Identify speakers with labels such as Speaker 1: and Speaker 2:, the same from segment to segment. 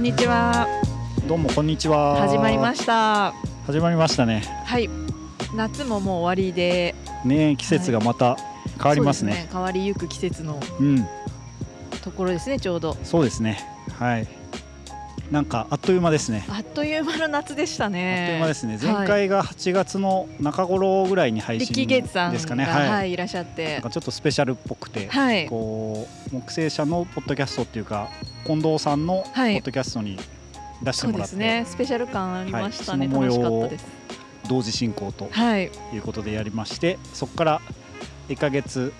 Speaker 1: にちは。
Speaker 2: どうもこんにちは。
Speaker 1: 始まりました。
Speaker 2: 始まりましたね。
Speaker 1: はい。夏ももう終わりで。
Speaker 2: ねえ季節がまた変わりますね。
Speaker 1: そうで変わりゆく季節の
Speaker 2: うん、
Speaker 1: ところですね。ちょうど。
Speaker 2: そうですね。はい。なんかあっという間ですね。
Speaker 1: あっという間の夏でした
Speaker 2: あっという
Speaker 1: ね。
Speaker 2: 間ですね。
Speaker 1: はい
Speaker 2: 前回が8月の中頃ぐらいに配
Speaker 1: リッキ
Speaker 2: 信
Speaker 1: ーゲイツさん
Speaker 2: で
Speaker 1: が
Speaker 2: すかね。
Speaker 1: はい、
Speaker 2: はい。
Speaker 1: いらっしゃって
Speaker 2: なんか。ちょっとスペシャルっぽくて、
Speaker 1: はい。
Speaker 2: こう木星社のポッドキャストっていうか近藤さんのポ
Speaker 1: はい
Speaker 2: ッドキャストに出して
Speaker 1: そう
Speaker 2: も
Speaker 1: で
Speaker 2: らっ
Speaker 1: す
Speaker 2: て、
Speaker 1: ね。スペシャル感ありましたね。
Speaker 2: はいその模
Speaker 1: 楽しか
Speaker 2: 様を
Speaker 1: ったです。
Speaker 2: 同時進行と
Speaker 1: はい。
Speaker 2: いうことでやりまして、そこから1ヶ月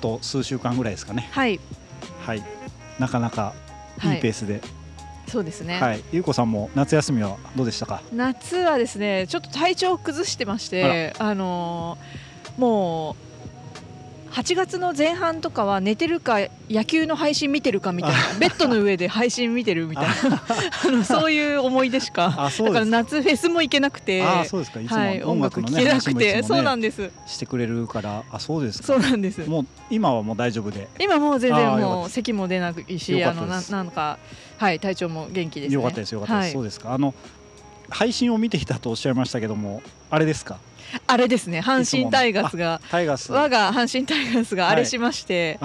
Speaker 2: と数週間ぐらいですかね。
Speaker 1: はい。
Speaker 2: はい、なかなか
Speaker 1: はい
Speaker 2: いいペースで、
Speaker 1: そうですね。
Speaker 2: はい、ゆうこさんも夏休みはどうでしたか。
Speaker 1: 夏はですねちょっと体調を崩してましてあのーもう8月の前半とかは寝てるか野球の配信見てるかみたいなベッドの上で配信見てるみたいなあのそういう思い出しか
Speaker 2: あ、そ
Speaker 1: だ
Speaker 2: う
Speaker 1: か
Speaker 2: で
Speaker 1: ら
Speaker 2: すか。
Speaker 1: 夏フェスも行けなくて
Speaker 2: あ、そうですか。いつ
Speaker 1: はい、
Speaker 2: も
Speaker 1: 音
Speaker 2: 音
Speaker 1: 楽
Speaker 2: 楽の
Speaker 1: 聴
Speaker 2: ね、
Speaker 1: けなく
Speaker 2: 話もい
Speaker 1: て、
Speaker 2: つ
Speaker 1: そう
Speaker 2: も
Speaker 1: なん
Speaker 2: ね、
Speaker 1: です
Speaker 2: してくれるから、あ、そうです
Speaker 1: そう
Speaker 2: か。
Speaker 1: なんです
Speaker 2: もう今はもう大丈夫で。
Speaker 1: 今もう全然
Speaker 2: あーよかった
Speaker 1: も
Speaker 2: で
Speaker 1: う咳も出ないし
Speaker 2: よ
Speaker 1: あ
Speaker 2: か
Speaker 1: の
Speaker 2: った
Speaker 1: な
Speaker 2: です
Speaker 1: なんかはい体調も元気ですね
Speaker 2: よかったですよかったです、
Speaker 1: は
Speaker 2: そう
Speaker 1: い、
Speaker 2: ですかあの配信を見ていたとおっしゃいましたけどもあれですか
Speaker 1: あれですね阪神タイガースが
Speaker 2: タイガース
Speaker 1: 我
Speaker 2: あ
Speaker 1: が阪神タイガースが荒れしまして、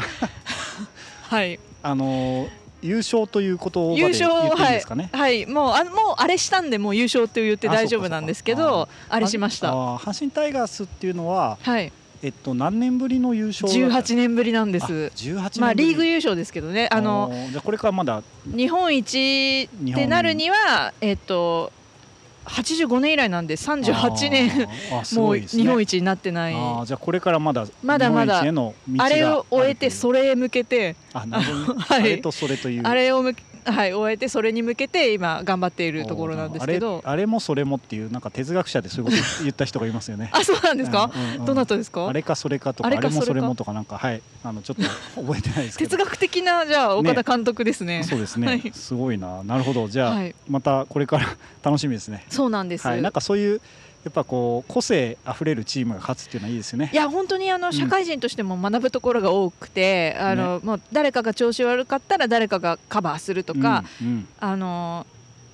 Speaker 1: はい、
Speaker 2: のー優勝ということを言
Speaker 1: 優
Speaker 2: ってい
Speaker 1: 勝を
Speaker 2: い
Speaker 1: は
Speaker 2: で
Speaker 1: い
Speaker 2: すかね、
Speaker 1: はい、もうあもう荒れしたんでもう優勝って言って大丈夫なんですけ
Speaker 2: あそう
Speaker 1: ど
Speaker 2: か
Speaker 1: 荒れしました。
Speaker 2: あ阪神タイガースっていうのは
Speaker 1: はい、
Speaker 2: えっと何年ぶりの優勝だった
Speaker 1: 18年ぶりなんです。
Speaker 2: 18年ぶり
Speaker 1: まあリーグ優勝ですけどね、あの
Speaker 2: ーじゃあこれからまだ
Speaker 1: 日本一ってなるにはえっと85年以来なんで38年
Speaker 2: あーあ す
Speaker 1: も
Speaker 2: ご
Speaker 1: う
Speaker 2: いですね
Speaker 1: 日本一になってない。
Speaker 2: あーじゃあこれからまだ
Speaker 1: まだまだ
Speaker 2: 日本一への道が
Speaker 1: あ
Speaker 2: るという
Speaker 1: れを終えてそれへ向けて
Speaker 2: あなるほどね
Speaker 1: はい
Speaker 2: あれとそれという
Speaker 1: あれをむはい終えてそれに向けて今頑張っているところなんですけど
Speaker 2: あれあれもそれもっていうなんか哲学者でそういうこと言った人がいますよね
Speaker 1: あそうなんですか、
Speaker 2: うんうんうん
Speaker 1: どなたですか
Speaker 2: あれかそれかとかあ
Speaker 1: あ
Speaker 2: れ
Speaker 1: れか
Speaker 2: もそ
Speaker 1: それ
Speaker 2: れ
Speaker 1: か
Speaker 2: もとかなんかはいあのちょっ と覚えてないですけ
Speaker 1: 哲
Speaker 2: ど
Speaker 1: 学的なじゃあ岡田監督ですね
Speaker 2: そうですね、
Speaker 1: はい
Speaker 2: すごいななるほどじゃあ、
Speaker 1: はい
Speaker 2: またこれから 楽しみですね
Speaker 1: そうなんです、
Speaker 2: はい
Speaker 1: い
Speaker 2: なん、かそういうやっぱこう個性あふれるチームが勝つっていうのはいいですよね
Speaker 1: や本当にあの社会人としても学ぶところが多くて、あのもう誰かが調子悪かったら誰かがカバーするとか、、
Speaker 2: うんうん
Speaker 1: あの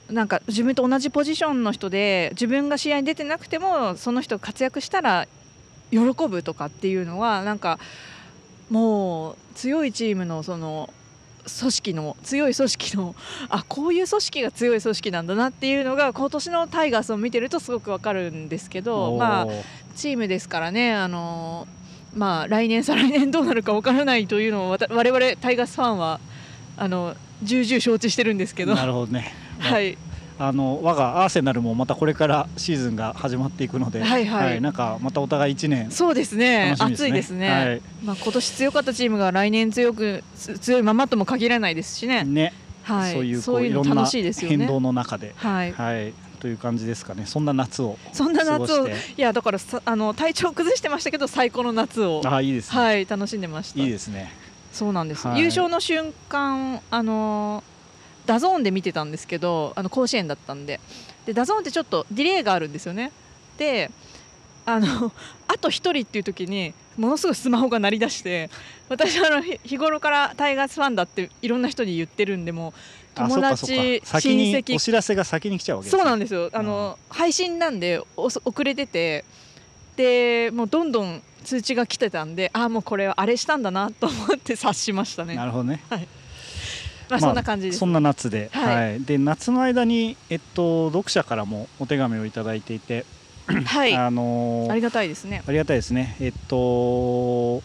Speaker 1: なんか自分と同じポジションの人で自分が試合に出てなくてもその人が活躍したら喜ぶとかっていうのはなんかもう強いチームのその組織の強い組織のあこういう組織が強い組織なんだなっていうのが今年のタイガースを見てるとすごくわかるんですけど
Speaker 2: おー
Speaker 1: まあチームですからねあのまあ来年再来年どうなるかわからないというのをわた我々タイガースファンはあの重々承知してるんですけど。
Speaker 2: なるほどね。
Speaker 1: はい、
Speaker 2: あの我がアーセナルもまたこれからシーズンが始まっていくので、
Speaker 1: はいはい
Speaker 2: なんかまたお互い一年
Speaker 1: そうですね
Speaker 2: 楽しみですね。
Speaker 1: 暑いですね、まあ、今年強かったチームが来年強くつ強いままとも限らないですし
Speaker 2: はい。
Speaker 1: ね、
Speaker 2: ね、
Speaker 1: はい、
Speaker 2: そういうこ
Speaker 1: そうう
Speaker 2: い
Speaker 1: いう
Speaker 2: ろ
Speaker 1: の
Speaker 2: んな
Speaker 1: 楽しいですよ
Speaker 2: 変
Speaker 1: ね。
Speaker 2: 動の中で、
Speaker 1: はい、
Speaker 2: はい、という感じですかね。そんな夏を
Speaker 1: そんな
Speaker 2: 過ご
Speaker 1: 夏を
Speaker 2: し
Speaker 1: い
Speaker 2: て、
Speaker 1: やだからさあの体調崩してましたけど最高の夏を、
Speaker 2: あいいですね。
Speaker 1: はい、楽しんでました
Speaker 2: いいですね。
Speaker 1: そうなんです、
Speaker 2: はい
Speaker 1: 優勝の瞬間あのダゾーンで見てたんですけどあの甲子園だったんででダゾーンってちょっとディレイがあるんですよねであの あと1人っていう時にものすごいスマホが鳴り出して私あのひ日頃からタイガースファンだっていろんな人に言ってるんでもう
Speaker 2: あ
Speaker 1: 友達
Speaker 2: そうかそうか先
Speaker 1: 親
Speaker 2: にお
Speaker 1: 戚
Speaker 2: 知らせが先に来ちゃうわけです、
Speaker 1: そうなん
Speaker 2: で
Speaker 1: ですよあの配信なんでおそ遅れててでもうどんどん通知が来てたんでああもうこれはあれしたんだなと思って察しましたね。
Speaker 2: なるほどね。
Speaker 1: まあ、そんな感じです。
Speaker 2: そんな夏で、
Speaker 1: はい
Speaker 2: はい。で夏の間にえっと読者からもお手紙をいただいていて、
Speaker 1: はい、あ
Speaker 2: あのー
Speaker 1: りがたいですね。
Speaker 2: ありがたいですね。えっと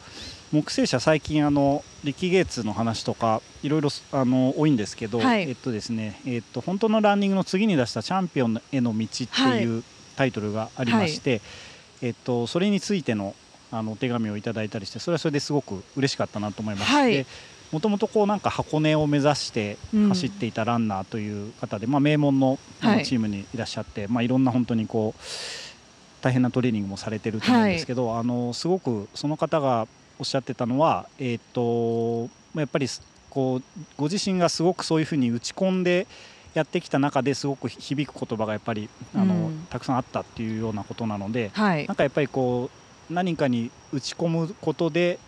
Speaker 2: 木星社最近あのリッキー・ゲイツの話とかいろいろあの多いんですけど、
Speaker 1: はい
Speaker 2: えっとですね、えっと本当のランニングの次に出したチャンピオンへの道っていうタイトルがありまして、えっとそれについてのあのお手紙をいただいたりして、それはそれですごく嬉しかったなと思います。
Speaker 1: はい
Speaker 2: でもともとこうなんか箱根を目指して
Speaker 1: うん
Speaker 2: 走っていたランナーという方で、まあ、名門のあ
Speaker 1: は
Speaker 2: の
Speaker 1: い
Speaker 2: チームにいらっしゃって、いまあ、いろんな本当にこう大変なトレーニングもされてると思うんですけど、あのすごくその方がおっしゃってたのは、えー、とまあやっぱりすこうご自身がすごくそういうふうに打ち込んでやってきた中ですごく響く言葉がやっぱりあの、
Speaker 1: うん
Speaker 2: たくさんあったっていうようなことなので
Speaker 1: はい
Speaker 2: な、んかやっぱりこう何かに打ち込むことで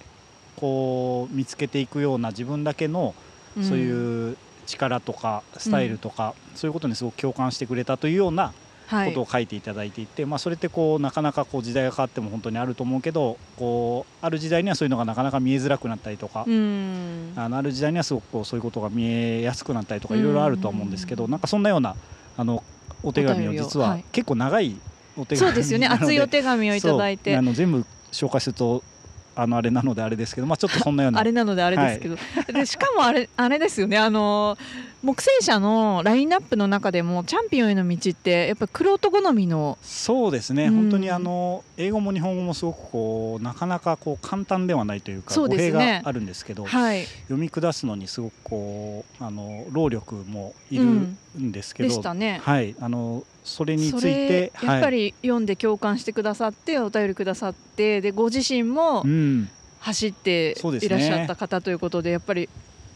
Speaker 2: こう見つけていくような自分だけのそういう力とかスタイルとか、そういうことにすごく共感してくれたというような
Speaker 1: は
Speaker 2: こ
Speaker 1: い
Speaker 2: とを書いていただいていて、まあ、それってこうなかなかこう時代が変わっても本当にあると思うけどこうある時代にはそういうのがなかなか見えづらくなったりとか、
Speaker 1: うん
Speaker 2: あのある時代にはすごくこうそういうことが見えやすくなったりとか
Speaker 1: うん
Speaker 2: いろいろあるとは思うんですけど、なんかそんなようなあのお手紙
Speaker 1: お
Speaker 2: を
Speaker 1: 便りを
Speaker 2: 実
Speaker 1: は
Speaker 2: はい結構長いお手紙
Speaker 1: そうですよね
Speaker 2: なの
Speaker 1: 熱いお手紙をいただい
Speaker 2: そう
Speaker 1: て
Speaker 2: あの全部紹介するとあのあれなのであれですけど、まあ、ちょっとそんなような
Speaker 1: あれなのであれですけど、でしかもあれあれですよねあの木星社のラインナップの中でもチャンピオンへの道ってやっぱ黒男好みの
Speaker 2: そうですね、
Speaker 1: うん
Speaker 2: 本当にあの英語も日本語もすごくこうなかなかこう簡単ではないというか
Speaker 1: そう
Speaker 2: 語
Speaker 1: ですね
Speaker 2: 弊があるんですけど
Speaker 1: はい
Speaker 2: 読み下すのにすごくこうあの労力もいる
Speaker 1: うんん
Speaker 2: ですけ
Speaker 1: で
Speaker 2: ど、
Speaker 1: したね。
Speaker 2: はい、あのそれについ
Speaker 1: それ
Speaker 2: て
Speaker 1: やっぱ
Speaker 2: はい
Speaker 1: り読んで共感してくださってお便りくださってでご自身も
Speaker 2: うん、
Speaker 1: 走って
Speaker 2: そうですね
Speaker 1: いらっしゃった方ということでやっぱり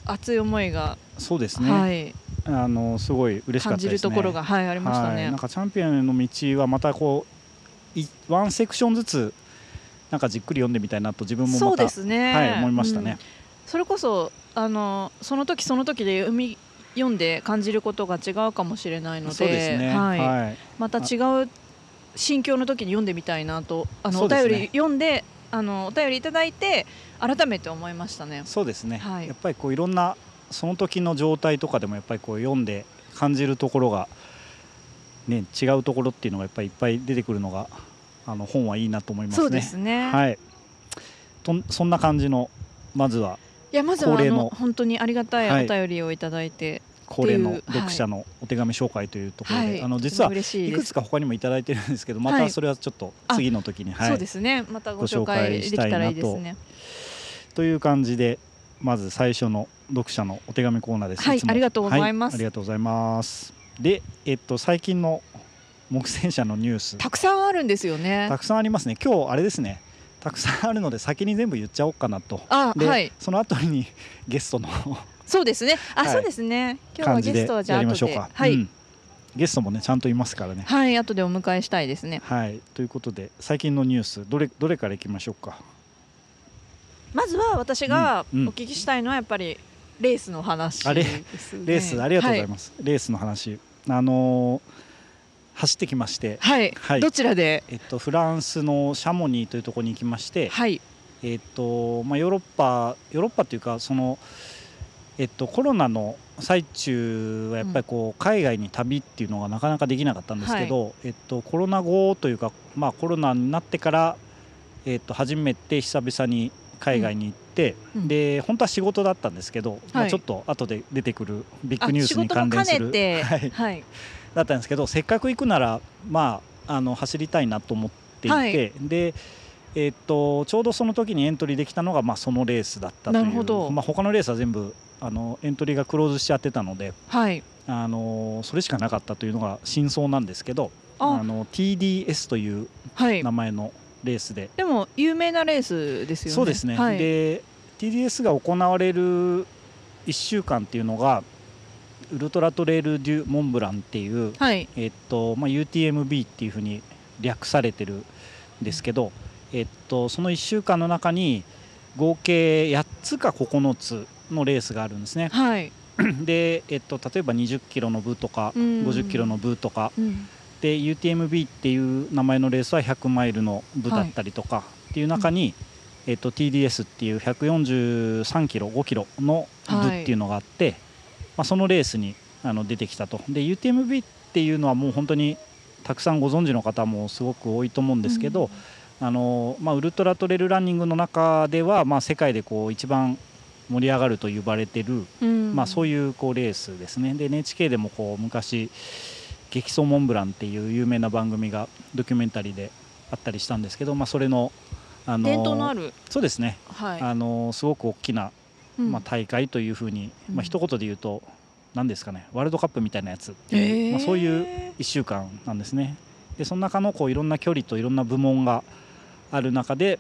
Speaker 1: 熱い思いが、
Speaker 2: そうですね、
Speaker 1: はい、
Speaker 2: あのすごい嬉しかった
Speaker 1: 感
Speaker 2: です
Speaker 1: じ
Speaker 2: ね。
Speaker 1: るところが、はい、ありました
Speaker 2: はい、
Speaker 1: ね
Speaker 2: なん。かチャンピオンの道はまたこういワンセクションずつなんかじっくり読んでみたいなと自分も
Speaker 1: そ
Speaker 2: ま
Speaker 1: う
Speaker 2: た、
Speaker 1: ですね、
Speaker 2: はい思いました
Speaker 1: うん
Speaker 2: ね。
Speaker 1: それこそあのその時その時で読み読んで感じることが違うかもしれないので
Speaker 2: そうですね。
Speaker 1: はい
Speaker 2: はい
Speaker 1: また違う心境の時に読んでみたいなとあの、
Speaker 2: そ
Speaker 1: お
Speaker 2: うです
Speaker 1: 便
Speaker 2: ね
Speaker 1: り読んであのお便りいただいて改めて思いましたね。
Speaker 2: そうですね、
Speaker 1: はい
Speaker 2: やっぱりこういろんなその時の状態とかでもやっぱりこう読んで感じるところが、ね、違うところっていうのがやっぱりいっぱい出てくるのがあの本はいいなと思いますね。
Speaker 1: そうですね、い、
Speaker 2: はい、とそんな感じのまずは
Speaker 1: やまずはあ
Speaker 2: 恒例
Speaker 1: の
Speaker 2: の
Speaker 1: 本当にありがた
Speaker 2: はいい
Speaker 1: お便りをいただいて、
Speaker 2: 恒例
Speaker 1: っ
Speaker 2: の
Speaker 1: ていう
Speaker 2: 読者のお手紙紹介というところ
Speaker 1: は
Speaker 2: で、
Speaker 1: い、
Speaker 2: あの実
Speaker 1: とて
Speaker 2: は
Speaker 1: も嬉しい
Speaker 2: い
Speaker 1: で
Speaker 2: く
Speaker 1: す
Speaker 2: つか他にもいただいてるんですけどま
Speaker 1: は
Speaker 2: た
Speaker 1: い
Speaker 2: それはちょっと
Speaker 1: あ
Speaker 2: 次の時に、は
Speaker 1: そう
Speaker 2: い
Speaker 1: ですねまたご紹
Speaker 2: ご
Speaker 1: 介
Speaker 2: 紹
Speaker 1: で
Speaker 2: 介
Speaker 1: き
Speaker 2: した
Speaker 1: た
Speaker 2: いなと
Speaker 1: らいいですね
Speaker 2: という感じでまず最初の読者のお手紙コーナーです。
Speaker 1: はい
Speaker 2: つも
Speaker 1: ありがとうございます
Speaker 2: はありがとうございます。で、えっと最近の木星社のニュース
Speaker 1: たくさんあるんですよね
Speaker 2: たくさんありますね。今日あれですね。たくさんあるので先に全部言っちゃおうかなと。
Speaker 1: あ
Speaker 2: で、
Speaker 1: はい
Speaker 2: その後に ゲストの
Speaker 1: そうですねあ、
Speaker 2: はい
Speaker 1: そうですね今日は
Speaker 2: 感
Speaker 1: ゲ
Speaker 2: じ
Speaker 1: ス
Speaker 2: で
Speaker 1: トはじゃあ
Speaker 2: やりまし
Speaker 1: 後
Speaker 2: ょう
Speaker 1: で
Speaker 2: か。
Speaker 1: はい、
Speaker 2: うんゲストもねちゃんといますからね。
Speaker 1: はい後でお迎えしたいですね
Speaker 2: はい。ということで最近のニュースどれどれからいきましょうか。
Speaker 1: まずは私がお
Speaker 2: うんうん
Speaker 1: 聞きしたいのはやっぱりレースの話
Speaker 2: あれ
Speaker 1: ですね
Speaker 2: レースありがとうござい
Speaker 1: ま
Speaker 2: ます。レースの話あのー走ってきまして。
Speaker 1: すはい、
Speaker 2: はい
Speaker 1: どちらで
Speaker 2: えっと、フランスのシャモニーというところに行きまして、
Speaker 1: はい
Speaker 2: えっとまあ、ヨーロッパヨーロッパというかその、えっと、コロナの最中はやっぱりこう、海外に旅っていうのがなかなかできなかったんですけど、えっと、コロナ後というか、まあ、コロナになってから、えっと、初めて久々に海外に行って、
Speaker 1: うんうん
Speaker 2: で本当は仕事だったんですけど、ま
Speaker 1: は
Speaker 2: あ、
Speaker 1: い
Speaker 2: ちょっと後で出てくるビッ
Speaker 1: あ
Speaker 2: グニュー
Speaker 1: 仕
Speaker 2: スに
Speaker 1: 事
Speaker 2: 関
Speaker 1: も
Speaker 2: 連す
Speaker 1: 兼
Speaker 2: る
Speaker 1: ねて
Speaker 2: はい
Speaker 1: はい
Speaker 2: だったんですけどせっかく行くなら、まあ、あの走りたいなと思っていて、
Speaker 1: はい
Speaker 2: でえーっとちょうどその時にエントリーできたのが、まあ、そのレースだったという
Speaker 1: なるほど
Speaker 2: まあ、他のレースは全部あのエントリーがクローズしちゃってたので、
Speaker 1: はい
Speaker 2: あのそれしかなかったというのが真相なんですけどあ
Speaker 1: あ
Speaker 2: の TDS という
Speaker 1: はい
Speaker 2: 名前のレースで、
Speaker 1: でも有名なレースですよね
Speaker 2: そうですね、
Speaker 1: はい、
Speaker 2: で TDS が行われる1週間っていうのがウルトラトレール・デュ・モンブランっていう
Speaker 1: はい
Speaker 2: えっとまあ、UTMB っていうふうに略されてるんですけど、えっと、その1週間の中に合計8つか9つのレースがあるんですね。
Speaker 1: はい
Speaker 2: で、えっと、例えば20キロの部とか
Speaker 1: うん
Speaker 2: 50キロの部とか
Speaker 1: うん
Speaker 2: で UTMB っていう名前のレースは100マイルの部だったりとかっていう中に、えっと、TDS っていう143キロ5キロの部っていうのがあって、まあ、そのレースにあの出てきたとで UTMB っていうのはもう本当にたくさんご存知の方もすごく多いと思うんですけど、あのまあ、ウルトラトレイルランニングの中では、まあ、世界でこう一番盛り上がると呼ばれてる、
Speaker 1: うん
Speaker 2: まあ、そう
Speaker 1: い
Speaker 2: いうこうレースですねで NHK でもこう昔「激走モンブラン」っていう有名な番組がドキュメンタリーであったりしたんですけど、まあ、それのあの
Speaker 1: 伝統のある
Speaker 2: そうですね、
Speaker 1: はい
Speaker 2: あのすごく大きな、
Speaker 1: うん
Speaker 2: まあ、大会というふうに、
Speaker 1: うん
Speaker 2: まあ一言で言うと何ですかねワールドカップみたいなやつって
Speaker 1: え
Speaker 2: いう、
Speaker 1: ー
Speaker 2: まあ、そういう1週間なんですね。でその中のこういろんな距離といろんな部門がある 中で、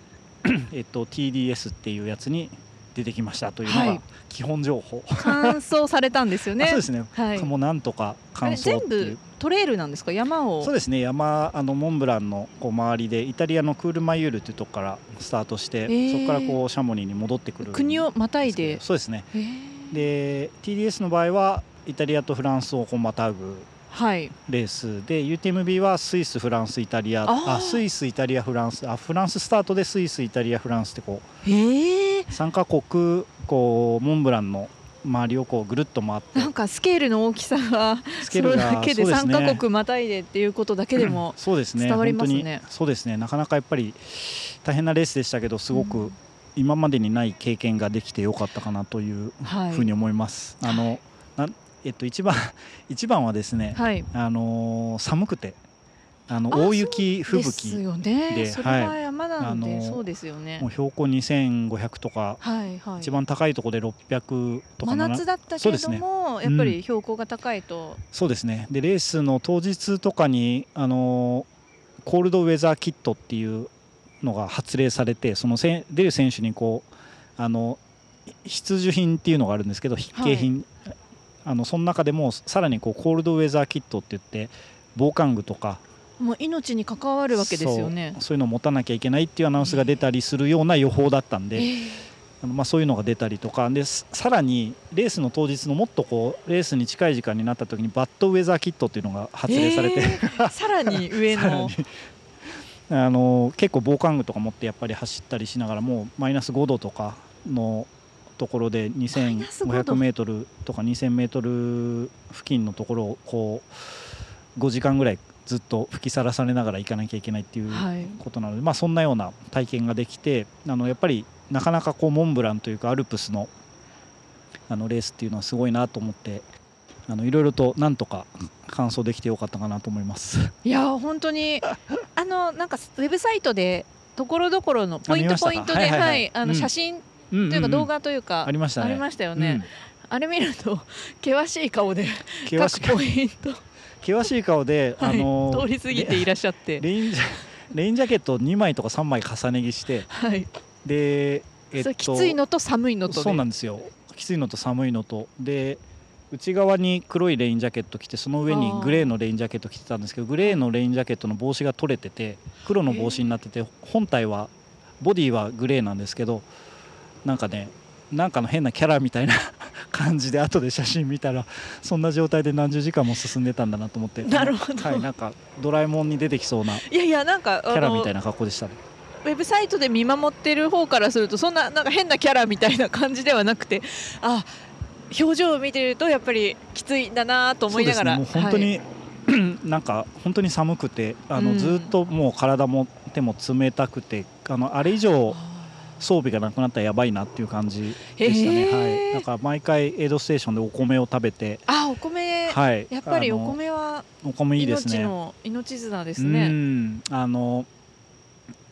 Speaker 2: えっと、TDS っていうやつに出てきましたというの
Speaker 1: はい
Speaker 2: が基本情報。
Speaker 1: 完走されたんですよね
Speaker 2: あそうですね、
Speaker 1: はい
Speaker 2: もうなんとか
Speaker 1: あ
Speaker 2: 完
Speaker 1: れ
Speaker 2: 走って
Speaker 1: 全
Speaker 2: い
Speaker 1: 部
Speaker 2: う
Speaker 1: トレイルなんですか山を
Speaker 2: そうですね山あのモンブランのこう周りでイタリアのクールマイユールというとこからスタートして、
Speaker 1: ー
Speaker 2: そこからこうシャモニーに戻ってくる
Speaker 1: 国をまたいで
Speaker 2: そうですね
Speaker 1: へー
Speaker 2: で TDS の場合はイタリアとフランスをこうまたぐ
Speaker 1: はい
Speaker 2: レースで UTMB はスイスフランスイタリア
Speaker 1: あー
Speaker 2: あスイスイタリアフランスあフランススタートでスイスイタリアフランスってこ
Speaker 1: ええ
Speaker 2: う3カ国こうモンブランの周りをこうぐるっと回って
Speaker 1: なんかスケールの大きさが
Speaker 2: ス
Speaker 1: そ
Speaker 2: ケー
Speaker 1: れ
Speaker 2: ル
Speaker 1: だ
Speaker 2: が
Speaker 1: けで
Speaker 2: そうす
Speaker 1: 3
Speaker 2: ね
Speaker 1: カ国またいでっていうことだけでも、
Speaker 2: そうですね
Speaker 1: 伝わりますね
Speaker 2: 本当にそうですねなかなかやっぱり大変なレースでしたけどすご
Speaker 1: う
Speaker 2: く
Speaker 1: ん
Speaker 2: 今までにない経験ができてよかったかなという
Speaker 1: はい
Speaker 2: ふうに思います。あの、なんえっと一番 一番はですね、
Speaker 1: はい
Speaker 2: あのー寒くてあの
Speaker 1: あ
Speaker 2: 大雪吹
Speaker 1: です
Speaker 2: 雪
Speaker 1: よね
Speaker 2: で
Speaker 1: それは
Speaker 2: は
Speaker 1: 山なんで、
Speaker 2: あの
Speaker 1: そうですよね
Speaker 2: もう標高2500とか、
Speaker 1: はいはい
Speaker 2: 一番高いところで600とか
Speaker 1: 真
Speaker 2: なら
Speaker 1: 夏だったけ
Speaker 2: そう
Speaker 1: れ
Speaker 2: です
Speaker 1: ど
Speaker 2: ね
Speaker 1: も、やっぱり標高が高いと、
Speaker 2: そうですねでレースの当日とかにあのコールドウェザーキットっていうのが発令されてそのせん出る選手にこうあの必需品っていうのがあるんですけど必携品、あのその中でもさらにこうコールドウェザーキットって言って防寒具とか
Speaker 1: もう命に関わるわけですよね
Speaker 2: そう。そういうのを持たなきゃいけないっていうアナウンスが出たりするような予報だったんで、
Speaker 1: ええ
Speaker 2: あのまあ、そういうのが出たりとかですさらにレースの当日のもっとこうレースに近い時間になった時にバッドウェザーキットっていうのが発令されて、
Speaker 1: え ーさらに上
Speaker 2: さら
Speaker 1: の
Speaker 2: にあの結構防寒具とか持ってやっぱり走ったりしながらもうマイナス5度とかのところで
Speaker 1: マイナス5度
Speaker 2: 2500m とか 2000m 付近のところをこう5時間ぐらいずっと吹きさらされながら行かなきゃいけないっていう
Speaker 1: はい
Speaker 2: ことなので、まあ、そんなような体験ができてあのやっぱりなかなかこうモンブランというかアルプスのあのレースっていうのはすごいなと思ってあのいろいろとなんとか完走できてよかったかなと思います。
Speaker 1: いや本当にあのなんかウェブサイトでところどころのポイン
Speaker 2: あ
Speaker 1: ト
Speaker 2: 見ましたか
Speaker 1: ポイント
Speaker 2: は
Speaker 1: で
Speaker 2: いはいはい
Speaker 1: はいあ
Speaker 2: う
Speaker 1: の
Speaker 2: ん
Speaker 1: 写真
Speaker 2: とい
Speaker 1: というか動画というか
Speaker 2: ありましたね
Speaker 1: ありましたよ
Speaker 2: う
Speaker 1: ね
Speaker 2: ん。
Speaker 1: あれ見ると険しい顔で
Speaker 2: 険し
Speaker 1: 各
Speaker 2: い
Speaker 1: ポイント
Speaker 2: 険しい顔で、
Speaker 1: はい
Speaker 2: あの
Speaker 1: 通り過ぎていらっしゃって
Speaker 2: レレインジャレインジャケットを2枚とか3枚重ね着して
Speaker 1: はい
Speaker 2: で、えっ
Speaker 1: そ
Speaker 2: と、
Speaker 1: れきついのと寒いのと
Speaker 2: そうな
Speaker 1: で
Speaker 2: んですよきついのと寒いのとで内側に黒いレインジャケット着てその上に
Speaker 1: あー
Speaker 2: グレーのレインジャケット着てたんですけどグレーのレインジャケットの帽子が取れてて黒の帽子になってて本体はボディはグレーなんですけどなんかねなんかの変なキャラみたいな 感じで後で写真見たらそんな状態で何十時間も進んでたんだなと思って
Speaker 1: なるほど
Speaker 2: はい、なんかドラえもんに出てきそうなキ
Speaker 1: いやいやなんかあ
Speaker 2: ャラ
Speaker 1: の
Speaker 2: み
Speaker 1: ウ
Speaker 2: たいな格好でしたね
Speaker 1: ェブサイトで見守ってる方からするとそんななんか変なキャラみたいな感じではなくてあ表情を見てるとやっぱりきついんだなと思いながら、
Speaker 2: そうですね、もう本当
Speaker 1: はい
Speaker 2: に、 なんか本当に寒くてあの、
Speaker 1: うん
Speaker 2: ずっともう体も手も冷たくてあのあれ以上装備がなくなったらやばいなっていう感じでしたね、
Speaker 1: へー
Speaker 2: はい、だから毎回エイドステーションでお米を食べて、
Speaker 1: あお米、
Speaker 2: はい、
Speaker 1: やっぱり
Speaker 2: あ
Speaker 1: お
Speaker 2: の
Speaker 1: 米は
Speaker 2: お米いいです
Speaker 1: 命
Speaker 2: ね
Speaker 1: の命綱です
Speaker 2: う
Speaker 1: ね。
Speaker 2: んあの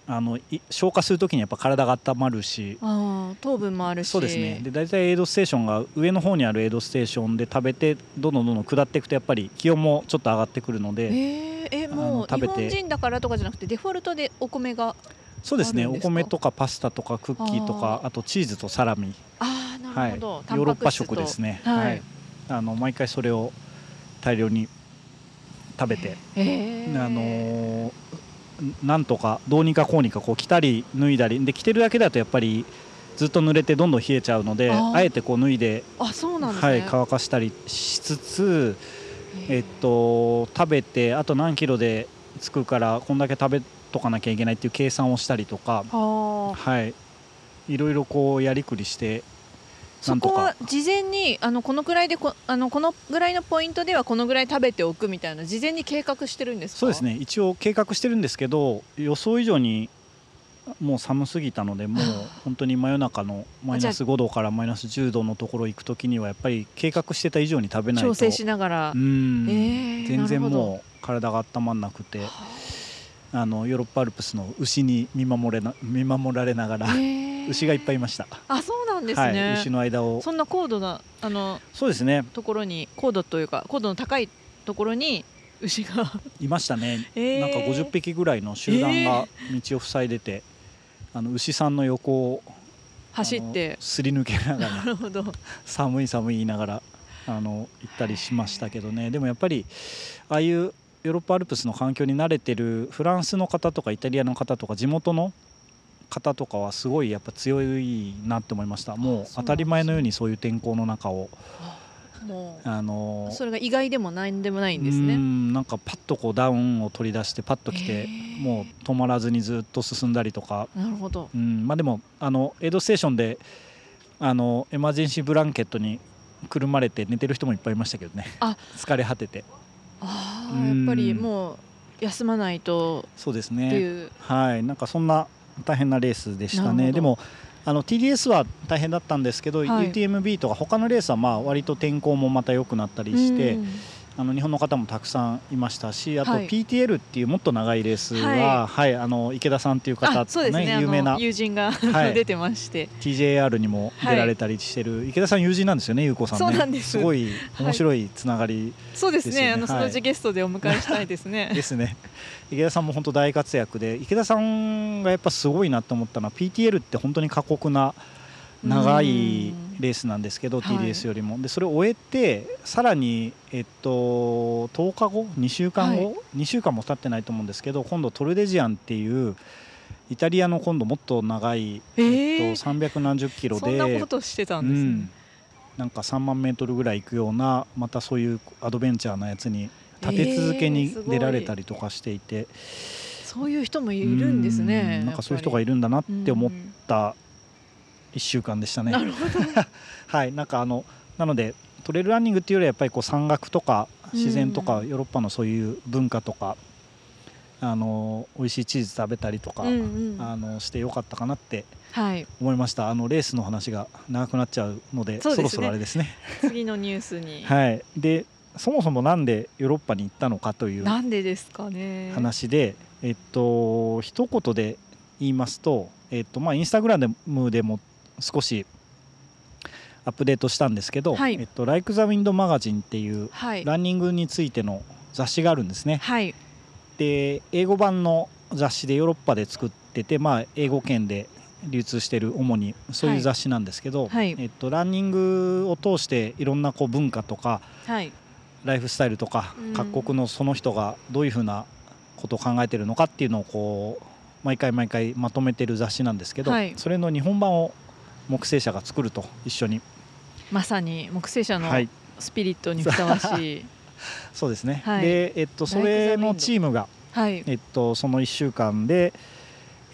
Speaker 2: あのい消化するときにやっぱ体が温まるし
Speaker 1: ああ糖分もあるし、
Speaker 2: そうですねで大体エイドステーションが上の方にあるエイドステーションで食べてどんどんどんどん下っていくとやっぱり気温もちょっと上がってくるので、
Speaker 1: えーえもう
Speaker 2: あの食
Speaker 1: 日
Speaker 2: べて
Speaker 1: 本人だからとかじゃなくてデフォルトでお米が
Speaker 2: そうですね
Speaker 1: あるんで
Speaker 2: お
Speaker 1: すか
Speaker 2: 米とかパスタとかクッキーとか
Speaker 1: あ
Speaker 2: あとチーズとサラミ、
Speaker 1: ああな
Speaker 2: はい、
Speaker 1: るほど、
Speaker 2: ヨーロッパ食です
Speaker 1: ね。
Speaker 2: ね、
Speaker 1: はい
Speaker 2: あの毎回それを大量に食べて、
Speaker 1: えー、
Speaker 2: あのーなんとかどうにかこうにかこう着たり脱いだりで着てるだけだとやっぱりずっと濡れてどんどん冷えちゃうので
Speaker 1: あ
Speaker 2: あ
Speaker 1: ー
Speaker 2: えてこう脱いで
Speaker 1: あそうなんです
Speaker 2: は
Speaker 1: ね。
Speaker 2: い、乾かしたりしつつ、えっ
Speaker 1: と
Speaker 2: と、食べてあと何キロで着くからこんだけ食べとかなきゃいけないっていう計算をしたりとか、
Speaker 1: はあ
Speaker 2: はい、いろいろこうやりくりして、な
Speaker 1: そ
Speaker 2: んと
Speaker 1: こ
Speaker 2: か
Speaker 1: は事前にあのこのくらいでこあのこのぐらいのポイントではこのぐらい食べておくみたいな事前に計画してるんですか。
Speaker 2: そうです。ね、一応計画してるんですけど、予想以上にもう寒すぎたの で、もう本当に真夜中のマイナス5度からマイナス10度のところ行くときには、やっぱり計画してた以上に食べないと、
Speaker 1: 調整しながら
Speaker 2: う。ん、
Speaker 1: えー
Speaker 2: 全然
Speaker 1: なるほ
Speaker 2: もう体が温まんなくて、あのヨーロッパアルプスの牛に見守れな見守られながら、牛がいっぱいい
Speaker 1: ま
Speaker 2: ました。
Speaker 1: あそうなんです
Speaker 2: は
Speaker 1: ね。
Speaker 2: い、牛の間を、
Speaker 1: そんな高度なあの
Speaker 2: そうですね、
Speaker 1: ところに高度というか高度の高いところに牛 が
Speaker 2: いましたね。
Speaker 1: えー
Speaker 2: なんか50匹ぐらいの集団が道を塞いでて、あの牛さんの横を
Speaker 1: 走って
Speaker 2: あのすり抜けながら
Speaker 1: なるほど
Speaker 2: 寒い寒い言いながらあの行ったりしましたけどねでもやっぱりああいうヨーロッパアルプスの環境に慣れてるフランスの方とかイタリアの方とか地元の方とかはすごいやっぱ強いなって思いましたもう当たり前のようにそういう天候の中を
Speaker 1: も
Speaker 2: あの
Speaker 1: う
Speaker 2: ー
Speaker 1: それが意外でも何でもないんです
Speaker 2: うー
Speaker 1: ね。
Speaker 2: んなんかパッとこうダウンを取り出してパッと来
Speaker 1: へ
Speaker 2: て
Speaker 1: ー
Speaker 2: もう止まらずにずっと進んだりとか、
Speaker 1: なるほど。
Speaker 2: うんまあ、でもあのエイドステーションであのエマージェンシーブランケットにくるまれて寝てる人もいっぱいいましたけどね
Speaker 1: あ
Speaker 2: 疲れ果てて
Speaker 1: あ
Speaker 2: う
Speaker 1: あ
Speaker 2: ん
Speaker 1: やっぱりもう休まないと
Speaker 2: そうです
Speaker 1: って
Speaker 2: ね
Speaker 1: いう。
Speaker 2: はいなんかそんな大変なレースでした
Speaker 1: なる
Speaker 2: ね
Speaker 1: ほど
Speaker 2: でもあの TDS は大変だったんですけ
Speaker 1: は
Speaker 2: ど、
Speaker 1: い
Speaker 2: UTMB とか他のレースはまあ割と天候もまた良くなったりして、
Speaker 1: うん
Speaker 2: あの日本の方もたくさんいましたしあと
Speaker 1: はい
Speaker 2: PTL っていうもっと長いレースは、はいあの池田さんっていう方
Speaker 1: あそうですねあの
Speaker 2: 有名な
Speaker 1: 友人が
Speaker 2: はい
Speaker 1: 出てまして、
Speaker 2: TJR にも出られたりしてる、池田さん友人なんですよね優子さんね
Speaker 1: そうなんです
Speaker 2: ごい面白いつながり
Speaker 1: そうです
Speaker 2: ですよ
Speaker 1: ね
Speaker 2: ね
Speaker 1: あのそ
Speaker 2: はい
Speaker 1: のうちゲストでお迎えしたいですね。
Speaker 2: ですね、池田さんも本当大活躍で池田さんがやっぱすごいなと思ったのは PTL って本当に過酷な長いレースなんですけど
Speaker 1: うんはい
Speaker 2: TDS よりも、でそれを終えてさらに、えっと、10日後2週間後、2週間も経ってないと思うんですけど今度トルデジアンっていうイタリアの今度もっと長い、
Speaker 1: えー
Speaker 2: っと、300何十キロ
Speaker 1: そ
Speaker 2: で
Speaker 1: んなことしてた
Speaker 2: うん
Speaker 1: ですね。
Speaker 2: ん、なんか3万メートルぐらい行くようなまたそういうアドベンチャーなやつに立て続け
Speaker 1: えー
Speaker 2: に
Speaker 1: すごい
Speaker 2: 出られたりとかしていて、
Speaker 1: そういう人もいるんですね
Speaker 2: う。んなんかそういう人が
Speaker 1: や
Speaker 2: い
Speaker 1: っ
Speaker 2: るんだなっ
Speaker 1: ぱり
Speaker 2: て思っ
Speaker 1: うん
Speaker 2: た1週間でしたね。
Speaker 1: なるほど。
Speaker 2: はい、なんかあのなのでトレイルランニングっていうよりはやっぱりこう山岳とか自然とか、
Speaker 1: うん
Speaker 2: ヨーロッパのそういう文化とかあの美味しいチーズ食べたりと か、
Speaker 1: うんうん
Speaker 2: あのしてよかったかなって
Speaker 1: はい。
Speaker 2: 思いましたあのレースの話が長くなっちゃうので
Speaker 1: そうですね
Speaker 2: ろそろあれですね。
Speaker 1: 次のニュースに。
Speaker 2: はい、でそもそもなんでヨーロッパに行ったのかという
Speaker 1: なんでですかね。
Speaker 2: 話で、えっと一言で言いますと、えっとまあ、インスタグラムでも少しアップデートしたんですけど「
Speaker 1: はい
Speaker 2: えっと、Like the Wind マガジン」っていう
Speaker 1: はい。
Speaker 2: ランニングについての雑誌があるんですね。
Speaker 1: はい。
Speaker 2: で英語版の雑誌でヨーロッパで作ってて、まあ、英語圏で流通してる主にそういう雑誌なんですけど、
Speaker 1: はいはい
Speaker 2: えっと、ランニングを通していろんなこう文化とか
Speaker 1: はい。
Speaker 2: ライフスタイルとか
Speaker 1: うん
Speaker 2: 各国のその人がどういうふうなことを考えてるのかっていうのをこう毎回毎回まとめてる雑誌なんですけど、
Speaker 1: はい
Speaker 2: それの日本版を木星社が作ると一緒に、
Speaker 1: まさに木星社の
Speaker 2: はい、
Speaker 1: スピリットにふさわしい。
Speaker 2: そうですね、
Speaker 1: はい
Speaker 2: で、えっと、そ
Speaker 1: ライ
Speaker 2: れ
Speaker 1: クザウィンド
Speaker 2: のチームが、
Speaker 1: はい。
Speaker 2: えっと、その1週間で、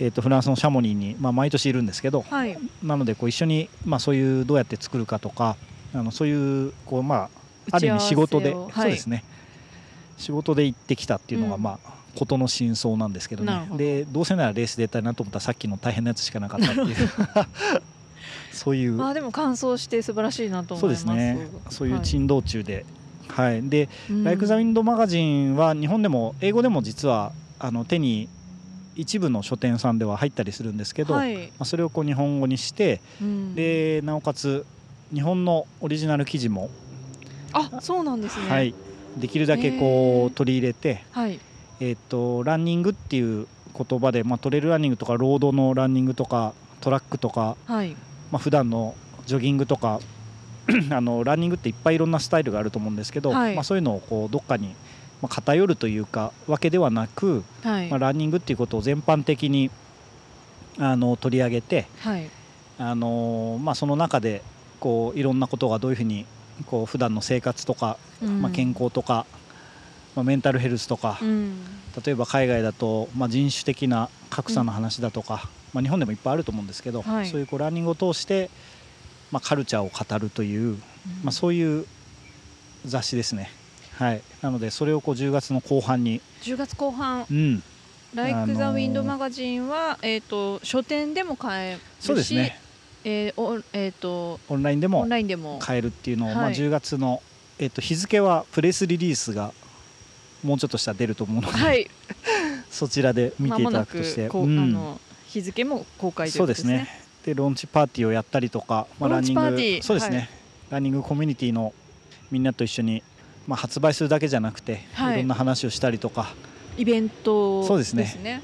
Speaker 2: えっと、フランスのシャモニーに、まあ、毎年いるんですけど
Speaker 1: はい。
Speaker 2: なのでこう一緒に、まあ、そういうどうやって作るかとかあのそういうこう、まあ、ある意味仕事で、
Speaker 1: 打ち合わせを
Speaker 2: そうですね仕事で行ってきたっていうのが、
Speaker 1: うん
Speaker 2: まあことの真相なんですけど
Speaker 1: なる
Speaker 2: ね
Speaker 1: ほど
Speaker 2: でどうせならレース出たいなと思ったらさっきの大変なやつしかなかったっていう そういう
Speaker 1: はい。あでも完走して素晴らしいなと
Speaker 2: そ
Speaker 1: 思
Speaker 2: う
Speaker 1: い
Speaker 2: で
Speaker 1: ます。
Speaker 2: すねそういう
Speaker 1: は
Speaker 2: 珍道中で、はいで
Speaker 1: い
Speaker 2: 「ライク・ザ・ウィンド・マガジン」は日本でも英語でも実はあの手に一部の書店さんでは入ったりするんですけど、
Speaker 1: は
Speaker 2: ま
Speaker 1: い。
Speaker 2: あ、それをこう日本語にして
Speaker 1: うん、
Speaker 2: でなおかつ日本のオリジナル記事も、
Speaker 1: あそうなんですね。
Speaker 2: は。い、できるだけこ
Speaker 1: へー
Speaker 2: う取り入れて、
Speaker 1: はい。
Speaker 2: えっとランニングっていう言葉で、まあ、トレイルランニングとかロードのランニングとかトラックとか、
Speaker 1: はい。
Speaker 2: まあ普段のジョギングとか あのランニングっていっぱいいろんなスタイルがあると思うんですけど、
Speaker 1: はい
Speaker 2: まあ、そういうのをこうどっかに、まあ、偏るというかわけではなく、
Speaker 1: はい。
Speaker 2: まあ、ランニングっていうことを全般的にあの取り上げて、
Speaker 1: はい。
Speaker 2: あのーまあ、その中でこういろんなことがどういうふうにこう普段の生活とか、
Speaker 1: うん
Speaker 2: まあ、健康とか、まあ、メンタルヘルスとか、
Speaker 1: うん。
Speaker 2: 例えば海外だと、まあ、人種的な格差の話だとか、まあ、日本でもいっぱいあると思うんですけど、
Speaker 1: はい
Speaker 2: そういうこうランニングを通して、まあ、カルチャーを語るという、まあ、そういう雑誌ですね。はい、なのでそれをこう10月の後半に、
Speaker 1: 10月後半
Speaker 2: うん、
Speaker 1: 「ライ
Speaker 2: あ
Speaker 1: ク・
Speaker 2: のー
Speaker 1: ザ・ウィンド・マガジンは」えーと書店でも買えるし
Speaker 2: そうですね
Speaker 1: えーおえーと
Speaker 2: オンラインで
Speaker 1: オ
Speaker 2: も
Speaker 1: ンラインでも
Speaker 2: 変えるっていうのを、まあ、
Speaker 1: はい
Speaker 2: 10月の、えっと日付はプレスリリースがもうちょっとしたら出ると思うので、
Speaker 1: はい
Speaker 2: そちらで見
Speaker 1: ま
Speaker 2: てい
Speaker 1: も
Speaker 2: た
Speaker 1: な
Speaker 2: だく
Speaker 1: く
Speaker 2: として、
Speaker 1: こう、
Speaker 2: うん
Speaker 1: あの日付も公開とい
Speaker 2: そうう
Speaker 1: こと
Speaker 2: で
Speaker 1: ですすね
Speaker 2: ねでローンチパーティーをやったりとか、まあ、
Speaker 1: ロー
Speaker 2: ラ
Speaker 1: ン
Speaker 2: ン
Speaker 1: チ
Speaker 2: ニング
Speaker 1: パーティー
Speaker 2: そうですね、
Speaker 1: はい
Speaker 2: ランニングコミュニティのみんなと一緒に、まあ、発売するだけじゃなくて、
Speaker 1: はい
Speaker 2: い、ろんな話をしたりとか
Speaker 1: イベント
Speaker 2: そうですね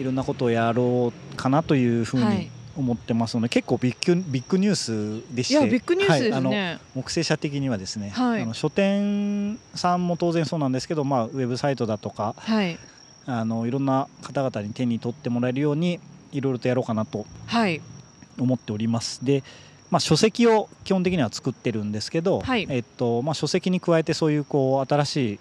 Speaker 2: いろんなことをやろうかなというふう
Speaker 1: はい
Speaker 2: に思ってますので、結構ビッグビッグニュースでし
Speaker 1: い
Speaker 2: て
Speaker 1: やビッグニュースで
Speaker 2: はいあ
Speaker 1: す
Speaker 2: の
Speaker 1: ね、
Speaker 2: 木星社的にはですね、
Speaker 1: はい
Speaker 2: あの書店さんも当然そうなんですけど、まあ、ウェブサイトだとか
Speaker 1: はい
Speaker 2: あのいろんな方々に手に取ってもらえるようにいろいろとやろうかなと
Speaker 1: はい
Speaker 2: 思っております。でまあ、書籍を基本的には作ってるんですけど、
Speaker 1: はい
Speaker 2: えっとまあ、書籍に加えてそういうこう新しい、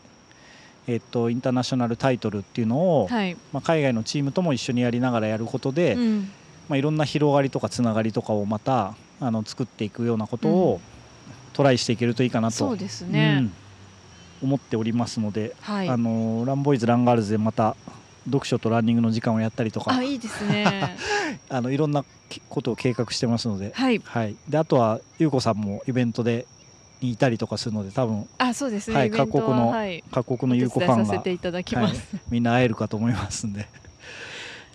Speaker 2: えっと、インターナショナルタイトルっていうのを、
Speaker 1: はい、
Speaker 2: まあ、海外のチームとも一緒にやりながらやることで、
Speaker 1: うん
Speaker 2: まあ、いろんな広がりとかつながりとかをまたあの作っていくようなことをトライしていけるといいかなと、
Speaker 1: そうですね、
Speaker 2: うん思っておりますので、
Speaker 1: はい
Speaker 2: あのランボーイズランガールズでまた読書とランニングの時間をやったりとか
Speaker 1: あいいです ね
Speaker 2: あのいろんなきことを計画してますので,、
Speaker 1: はい
Speaker 2: はい、であとは優子さんもイベントでにいたりとかするので多分
Speaker 1: あそうですね、
Speaker 2: はい
Speaker 1: イベント
Speaker 2: 各国の
Speaker 1: はい、
Speaker 2: 各国の優
Speaker 1: お手
Speaker 2: 子
Speaker 1: 伝
Speaker 2: フ
Speaker 1: い
Speaker 2: ァ
Speaker 1: さ
Speaker 2: ン
Speaker 1: せ
Speaker 2: が
Speaker 1: ていただきます
Speaker 2: みんな会えるかと思いますんで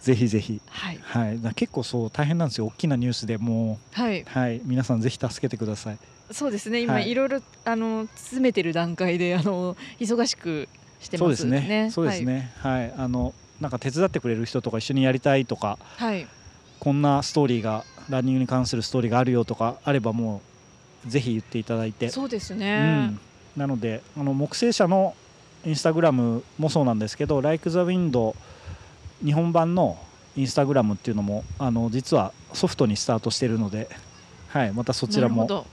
Speaker 2: ぜひぜひ、
Speaker 1: はい
Speaker 2: はい、だから結構そう大変なんですよ大きなニュースでも
Speaker 1: はい、
Speaker 2: う、はい、皆さんぜひ助けてください。
Speaker 1: そうですね今、
Speaker 2: はい
Speaker 1: い、ろいろあの詰めてる段階であの忙しくして
Speaker 2: そう
Speaker 1: ま
Speaker 2: ですすね。そうです
Speaker 1: ね
Speaker 2: ね。はい、あのなんか手伝ってくれる人とか一緒にやりたいとか、
Speaker 1: はい、はい
Speaker 2: こんなストーリーがランニングに関するストーリーがあるよとかあればもうぜひ言っていただいて、
Speaker 1: そうです
Speaker 2: う
Speaker 1: ね、
Speaker 2: ん、なのであの木星社のインスタグラムもそうなんですけど、Like the Wind 日本版のインスタグラムっていうのもあの実はソフトにスタートしているので、はい、またそちら
Speaker 1: なるほ
Speaker 2: も
Speaker 1: ど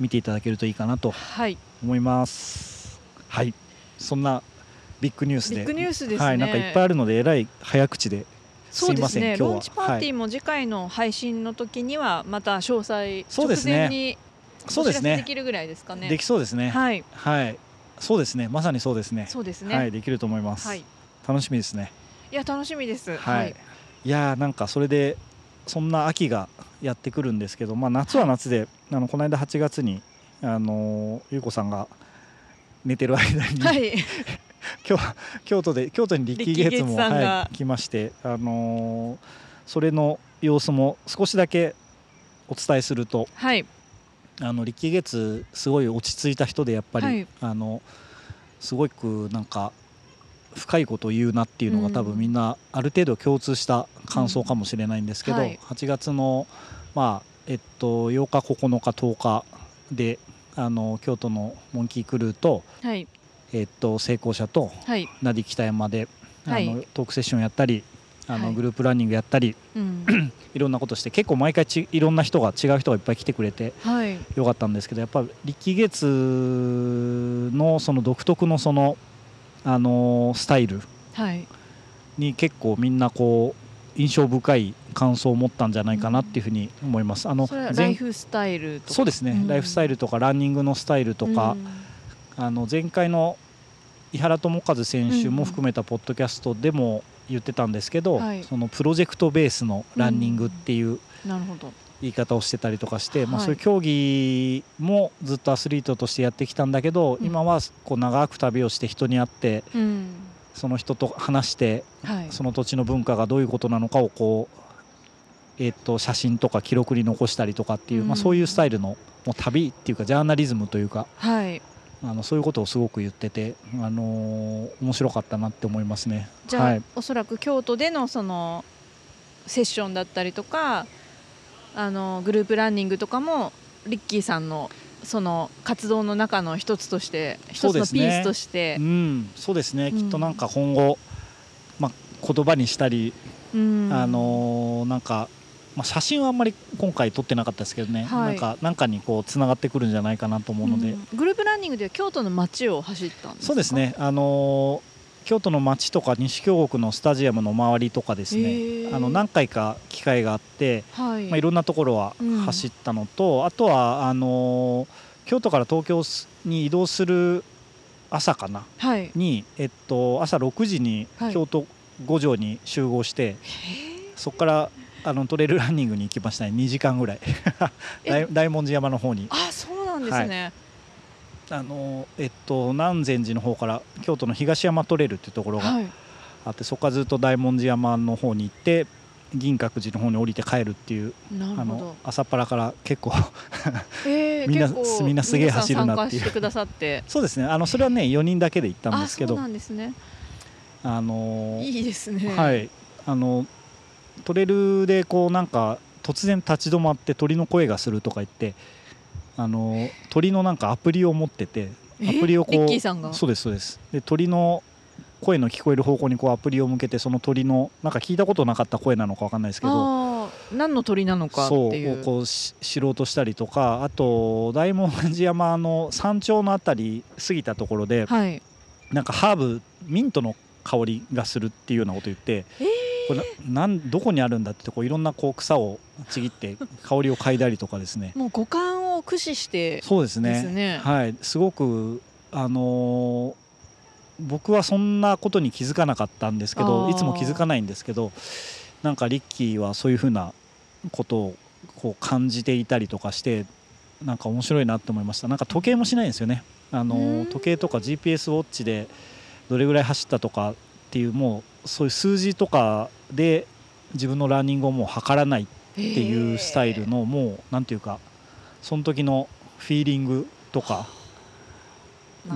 Speaker 2: 見ていただけるといいかなと
Speaker 1: はい
Speaker 2: 思います。はい、そんなビッグニュースで、
Speaker 1: ビッグニュースですね
Speaker 2: はい、なんかいっぱいあるのでえらい早口で
Speaker 1: そう
Speaker 2: すい
Speaker 1: で
Speaker 2: ますせん、
Speaker 1: ね
Speaker 2: 今日は
Speaker 1: ローンチパーティ
Speaker 2: はい
Speaker 1: ーも次回の配信の時にはまた詳細
Speaker 2: そうですね
Speaker 1: 直前にお
Speaker 2: そう
Speaker 1: 知ら
Speaker 2: です
Speaker 1: せで
Speaker 2: ね
Speaker 1: きるぐらいですかね。
Speaker 2: できそうですね。はい、
Speaker 1: はい、
Speaker 2: そうですね。まさにそうですね。
Speaker 1: そうです
Speaker 2: は
Speaker 1: ね。
Speaker 2: い、できると思います。
Speaker 1: はい、い
Speaker 2: 楽しみですね。
Speaker 1: や楽しみです。
Speaker 2: はい。い、やーなんかそれでそんな秋がやってくるんですけど、まあ夏は夏で、あのこの間8月にあのーゆうこさんが寝てる間に、
Speaker 1: はい、はい、
Speaker 2: 京京都で京都にリッキー・ゲイツも
Speaker 1: リッキーゲイツさんが
Speaker 2: はい、来まして、あのーそれの様子も少しだけお伝えすると
Speaker 1: はい、
Speaker 2: あのリッキー・ゲイツすごい落ち着いた人でやっぱり、
Speaker 1: はい
Speaker 2: あのすごくなんか深いことを言うなっていうのが
Speaker 1: うん
Speaker 2: 多分みんなある程度共通した感想かもしれないんですけど、
Speaker 1: うんはい
Speaker 2: 8月の、まあえっと、8日9日10日であの京都のモンキークルーと、
Speaker 1: はい、
Speaker 2: えっと、成功者と
Speaker 1: はい、
Speaker 2: ナディ北山で、
Speaker 1: はい
Speaker 2: あのトークセッションやったりあの、
Speaker 1: はい
Speaker 2: グループランニングやったり
Speaker 1: うん、
Speaker 2: いろんなことして結構毎回ちいろんな人が違う人がいっぱい来てくれて
Speaker 1: はい、
Speaker 2: よかったんですけどやっぱ力月のその独特のその、あのスタイル
Speaker 1: はい、
Speaker 2: に結構みんなこう印象深い感想を持ったんじゃないかなっていうふうに思います。あの
Speaker 1: それはラ
Speaker 2: 前
Speaker 1: イフスタイルとか
Speaker 2: そうですね、
Speaker 1: うん
Speaker 2: ライフスタイルとかランニングのスタイルとか、あの前回の井原智和選手も含めたポッドキャストでも言ってたんですけど、
Speaker 1: はい
Speaker 2: そのプロジェクトベースのランニングっていう
Speaker 1: うんなるほど、
Speaker 2: 言い方をしてたりとかして、まあ、
Speaker 1: はい
Speaker 2: そういう競技もずっとアスリートとしてやってきたんだけど、
Speaker 1: うん
Speaker 2: 今はこう長く旅をして人に会って
Speaker 1: うん、
Speaker 2: その人と話して
Speaker 1: はい、
Speaker 2: その土地の文化がどういうことなのかをこう、えっと写真とか記録に残したりとかっていう、
Speaker 1: う
Speaker 2: まあ、
Speaker 1: ん
Speaker 2: そういうスタイルのもう旅っていうかジャーナリズムというか
Speaker 1: はい、
Speaker 2: あのそういうことをすごく言ってて、あのー面白かったなって思いますね。
Speaker 1: じゃあ、
Speaker 2: はい、
Speaker 1: おそらく京都でのそのセッションだったりとかあのグループランニングとかもリッキーさんのその活動の中の一つとして一
Speaker 2: そう
Speaker 1: つ
Speaker 2: で
Speaker 1: の
Speaker 2: す
Speaker 1: ピ
Speaker 2: ね
Speaker 1: ースとして
Speaker 2: う、ん、そうですね、
Speaker 1: うん
Speaker 2: きっとなんか今後、まあ、言葉にしたり、
Speaker 1: うん
Speaker 2: あのーなんか、まあ、写真はあんまり今回撮ってなかったですけどね、
Speaker 1: はい
Speaker 2: なんかなんかにこうつながってくるんじゃないかなと思うので、
Speaker 1: うんグループランニングでは京都の街を走ったんですか
Speaker 2: そうですね、あのー京都の街とか西京極のスタジアムの周りとかです
Speaker 1: へ
Speaker 2: ね
Speaker 1: ー
Speaker 2: あの何回か機会があって、
Speaker 1: はい、
Speaker 2: まあ、いろんなところは
Speaker 1: うん
Speaker 2: 走ったのと、あとはあのー京都から東京に移動する朝かな
Speaker 1: はい
Speaker 2: に、えっと、朝6時に
Speaker 1: はい
Speaker 2: 京都五条に集合して、そこからあのトレイルランニングに行きましたね2時間ぐらい
Speaker 1: え
Speaker 2: 大大文字山の方に
Speaker 1: あそうなんですね、
Speaker 2: あのー、えっと、南禅寺の方から京都の東山トレイルっていうところが
Speaker 1: はい
Speaker 2: あって、そこからずっと大文字山の方に行って銀閣寺の方に降りて帰るっていう
Speaker 1: なる
Speaker 2: あ
Speaker 1: ほ
Speaker 2: の
Speaker 1: ど、
Speaker 2: 朝っぱらから結構
Speaker 1: えー、
Speaker 2: みんな
Speaker 1: 結構
Speaker 2: みんなすげえ走るなってい
Speaker 1: 皆さん参
Speaker 2: う
Speaker 1: 加してくださって
Speaker 2: そうですねあのそれはね4人だけで行ったんですけ
Speaker 1: あ
Speaker 2: ど
Speaker 1: そうなんですね
Speaker 2: あのー
Speaker 1: いいですね
Speaker 2: はいあのトレルでこうなんか突然立ち止まって鳥の声がするとか言ってあのー鳥のなんかアプリを持っててア
Speaker 1: え
Speaker 2: プリをこう
Speaker 1: リッキーさんが
Speaker 2: そうですそうですで鳥の声の聞こえる方向にこうアプリを向けてその鳥のなんか聞いたことなかった声なのか分かんないですけど
Speaker 1: あー何の鳥なのかって
Speaker 2: そう
Speaker 1: い
Speaker 2: を
Speaker 1: う
Speaker 2: こうし知ろうとしたりとかあと大文字山の山頂のあたり過ぎたところで、
Speaker 1: はい
Speaker 2: なんかハーブミントの香りがするっていうようなこと言って、
Speaker 1: えー
Speaker 2: これななんどこにあるんだってこういろんなこう草をちぎって香りを嗅いだりとかですね
Speaker 1: もう五感を駆使して
Speaker 2: そうですね
Speaker 1: ですね
Speaker 2: はいすごくあのー僕はそんなことに気づかなかったんですけ
Speaker 1: あ
Speaker 2: ど
Speaker 1: ー
Speaker 2: いつも気づかないんですけどなんかリッキーはそういうふうなことをこう感じていたりとかしてなんか面白いなって思いましたなんか時計もしないんですよねあ
Speaker 1: う
Speaker 2: の
Speaker 1: ん
Speaker 2: 時計とか GPS ウォッチでどれぐらい走ったとかっていうもうそういう数字とかで自分のランニングをもう測らない
Speaker 1: って
Speaker 2: っていうスタイルのもうなんていうかその時のフィーリングとか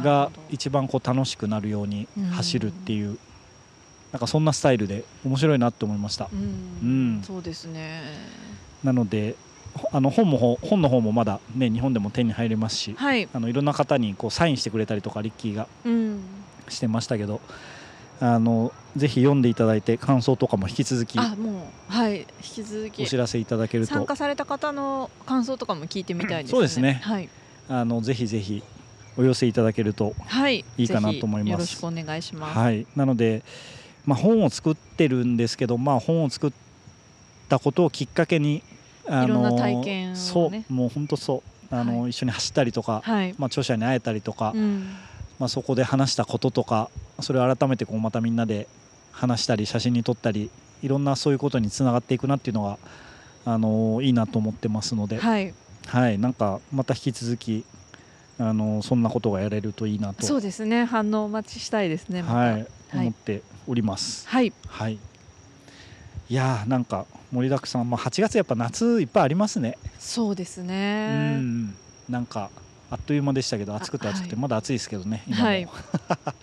Speaker 2: が一番こう楽しくなるように
Speaker 1: うん
Speaker 2: 走るっていうなんかそんなスタイルで面白いなって思いました
Speaker 1: う、
Speaker 2: うんん
Speaker 1: そうですね
Speaker 2: なのでほあの本もほ本の方もまだね日本でも手に入れますし
Speaker 1: はい、
Speaker 2: あのいろんな方にこうサインしてくれたりとかリッキーが
Speaker 1: うん、
Speaker 2: してましたけどあのぜひ読んでいただいて感想とかも引き続き
Speaker 1: あもうはい引き続
Speaker 2: お
Speaker 1: き
Speaker 2: 知らせいただける
Speaker 1: 参
Speaker 2: と
Speaker 1: 加された方の感想とかも聞いてみたいですね
Speaker 2: そうですね
Speaker 1: はい、
Speaker 2: あのぜひぜひお寄せいただけると
Speaker 1: はい、
Speaker 2: いいかなと思い
Speaker 1: ぜ
Speaker 2: ます
Speaker 1: ひよろしくお願いします、
Speaker 2: はい、なので、まあ、本を作ってるんですけど、まあ、本を作ったことをきっかけにあ
Speaker 1: いろんな体験をね
Speaker 2: そうもう本当そうあの、
Speaker 1: は
Speaker 2: 一緒に走ったりとか、
Speaker 1: はい
Speaker 2: まあ、著者に会えたりとか、
Speaker 1: うん、
Speaker 2: まあ、そこで話したこととかそれを改めてこうまたみんなで話したり写真に撮ったりいろんなそういうことにつながっていくなっていうのが、あのいいなと思ってますので、はい
Speaker 1: はい
Speaker 2: なんかまた引き続き、あのそんなことがやれるといいなと、
Speaker 1: そうですね反応お待ちしたいですねまた
Speaker 2: はい、
Speaker 1: は
Speaker 2: 思
Speaker 1: い、
Speaker 2: っております。
Speaker 1: はい、
Speaker 2: はい。いやーなんか盛りだくさん、まあ、8月やっぱ夏いっぱいありますね。
Speaker 1: そうです
Speaker 2: う
Speaker 1: ね
Speaker 2: ん、なんかあっという間でしたけど暑くて
Speaker 1: あ
Speaker 2: 暑くて、
Speaker 1: はい
Speaker 2: まだ暑いですけどね。も
Speaker 1: はい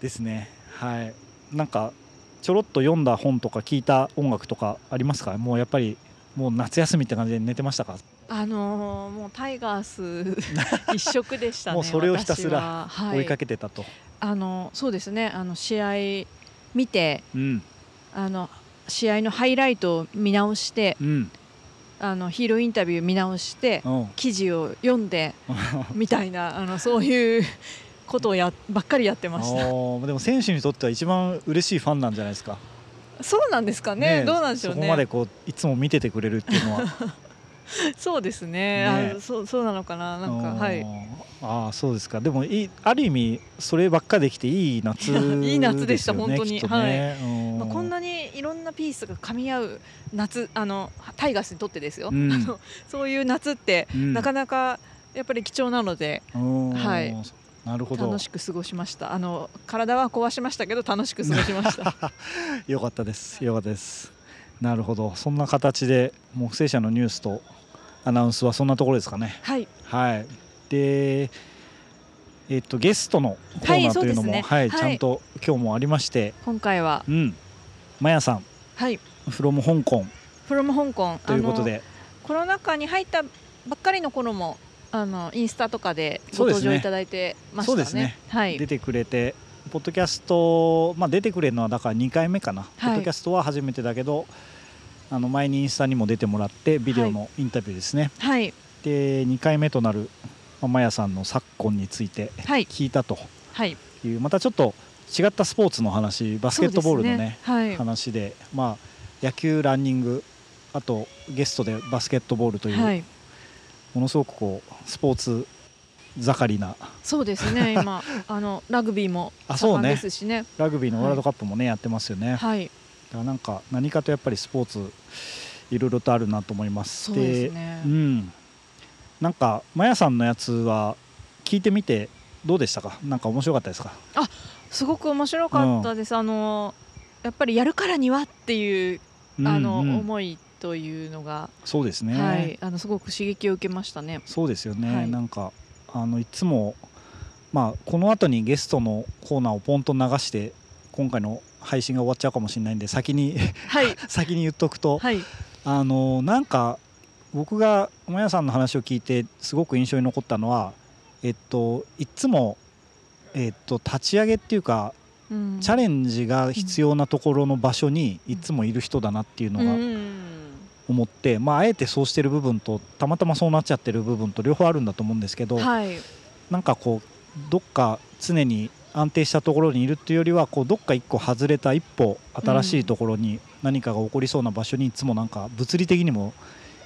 Speaker 2: ですね。はい。なんかちょろっと読んだ本とか聞いた音楽とかありますか？もうやっぱりもう夏休みって感じで寝てましたか？
Speaker 1: あのーもうタイガー ス一色でしたね
Speaker 2: もうそれをひたす
Speaker 1: 私
Speaker 2: ら
Speaker 1: ははい
Speaker 2: 追いかけてたと。
Speaker 1: あのそうですねあの試合見て
Speaker 2: うん
Speaker 1: あの試合のハイライトを見直して
Speaker 2: うん
Speaker 1: あのヒーローインタビュー見直して
Speaker 2: うん
Speaker 1: 記事を読んでみたいなあのそういうことをやばっかりやってました
Speaker 2: おーでも選手にとっては一番嬉しいファンなんじゃないですか。
Speaker 1: そうなんですかね
Speaker 2: え
Speaker 1: どうなんでしょうね
Speaker 2: そこまでこういつも見ててくれるっていうのは
Speaker 1: そうですね
Speaker 2: ね
Speaker 1: あそうそうなのかななんかは
Speaker 2: う
Speaker 1: い
Speaker 2: んああそうですかでもいいある意味そればっかできていい夏ですよね
Speaker 1: いい夏でした本当に
Speaker 2: きっとねうん
Speaker 1: まあ、こんなにいろんなピースが噛み合う夏あのタイガースにとってですよ、
Speaker 2: うん
Speaker 1: あのそういう夏って
Speaker 2: うん
Speaker 1: なかなかやっぱり貴重なので
Speaker 2: うん
Speaker 1: はい
Speaker 2: なるほど
Speaker 1: 楽しく過ごしましたあの体は壊しましたけど楽しく過ごしました
Speaker 2: よかったですよかったですなるほどそんな形で木星社のニュースとアナウンスはそんなところですかね
Speaker 1: はい
Speaker 2: はいでえっとゲストのコーナーというのも、
Speaker 1: は
Speaker 2: はいい
Speaker 1: そうですね
Speaker 2: ちゃんと今日もありまして、
Speaker 1: 今回は
Speaker 2: うんまやさん
Speaker 1: はい
Speaker 2: 「from 香港
Speaker 1: フロム香港」
Speaker 2: ということで
Speaker 1: あのコロナ禍に入ったばっかりの頃もあのインスタとかでご
Speaker 2: そうで
Speaker 1: 登
Speaker 2: すね
Speaker 1: 場いただいてましたね
Speaker 2: そうですね
Speaker 1: はい
Speaker 2: 出てくれて、ポッドキャスト、まあ、出てくれるのはだから2回目かな、ポッドキャストは初めてだけどあの前にインスタにも出てもらってビデオのインタビューですね、
Speaker 1: はい
Speaker 2: で2回目となるまあまやさんの昨今について
Speaker 1: はい
Speaker 2: 聞いたと
Speaker 1: はい
Speaker 2: いうまたちょっと違ったスポーツの話バスケットボールのね
Speaker 1: そうですねはい
Speaker 2: 話で、まあ、野球ランニングあとゲストでバスケットボールという、
Speaker 1: はい
Speaker 2: ものすごくこうスポーツ盛りな
Speaker 1: そうですね今あのラグビーも
Speaker 2: あそう
Speaker 1: 盛ん
Speaker 2: ね
Speaker 1: ですしね
Speaker 2: ラグビーのワールドカップもね、やってますよね。
Speaker 1: はい
Speaker 2: だからなんか何かとやっぱりスポーツいろいろとあるなと思います
Speaker 1: そうですね
Speaker 2: うん、なんかまやさんのやつは聞いてみてどうでしたかなんか面白かったですか
Speaker 1: すごく面白かったです、あのやっぱりやるからにはっていうあの、
Speaker 2: うんうん
Speaker 1: 思いというのが、
Speaker 2: そうですね、
Speaker 1: はい、あのすごく刺激を受けましたね。
Speaker 2: そうですよね、
Speaker 1: はい
Speaker 2: なんかあのいつもまあこの後にゲストのコーナーをポンと流して今回の配信が終わっちゃうかもしれないんで先に
Speaker 1: はい、
Speaker 2: 先に言っとくと、
Speaker 1: はい、
Speaker 2: あのなんか僕がまやさんの話を聞いてすごく印象に残ったのはえっといつもえっと立ち上げっていうか
Speaker 1: うん
Speaker 2: チャレンジが必要なところの場所にいつもいる人だなっていうの
Speaker 1: う
Speaker 2: が
Speaker 1: ん
Speaker 2: 思って、まあ、あえてそうしてる部分とたまたまそうなっちゃってる部分と両方あるんだと思うんですけど、
Speaker 1: はい
Speaker 2: なんかこうどっか常に安定したところにいるっていうよりはこうどっか一個外れた一歩新しいところに何かが起こりそうな場所にいつもなんか物理的にも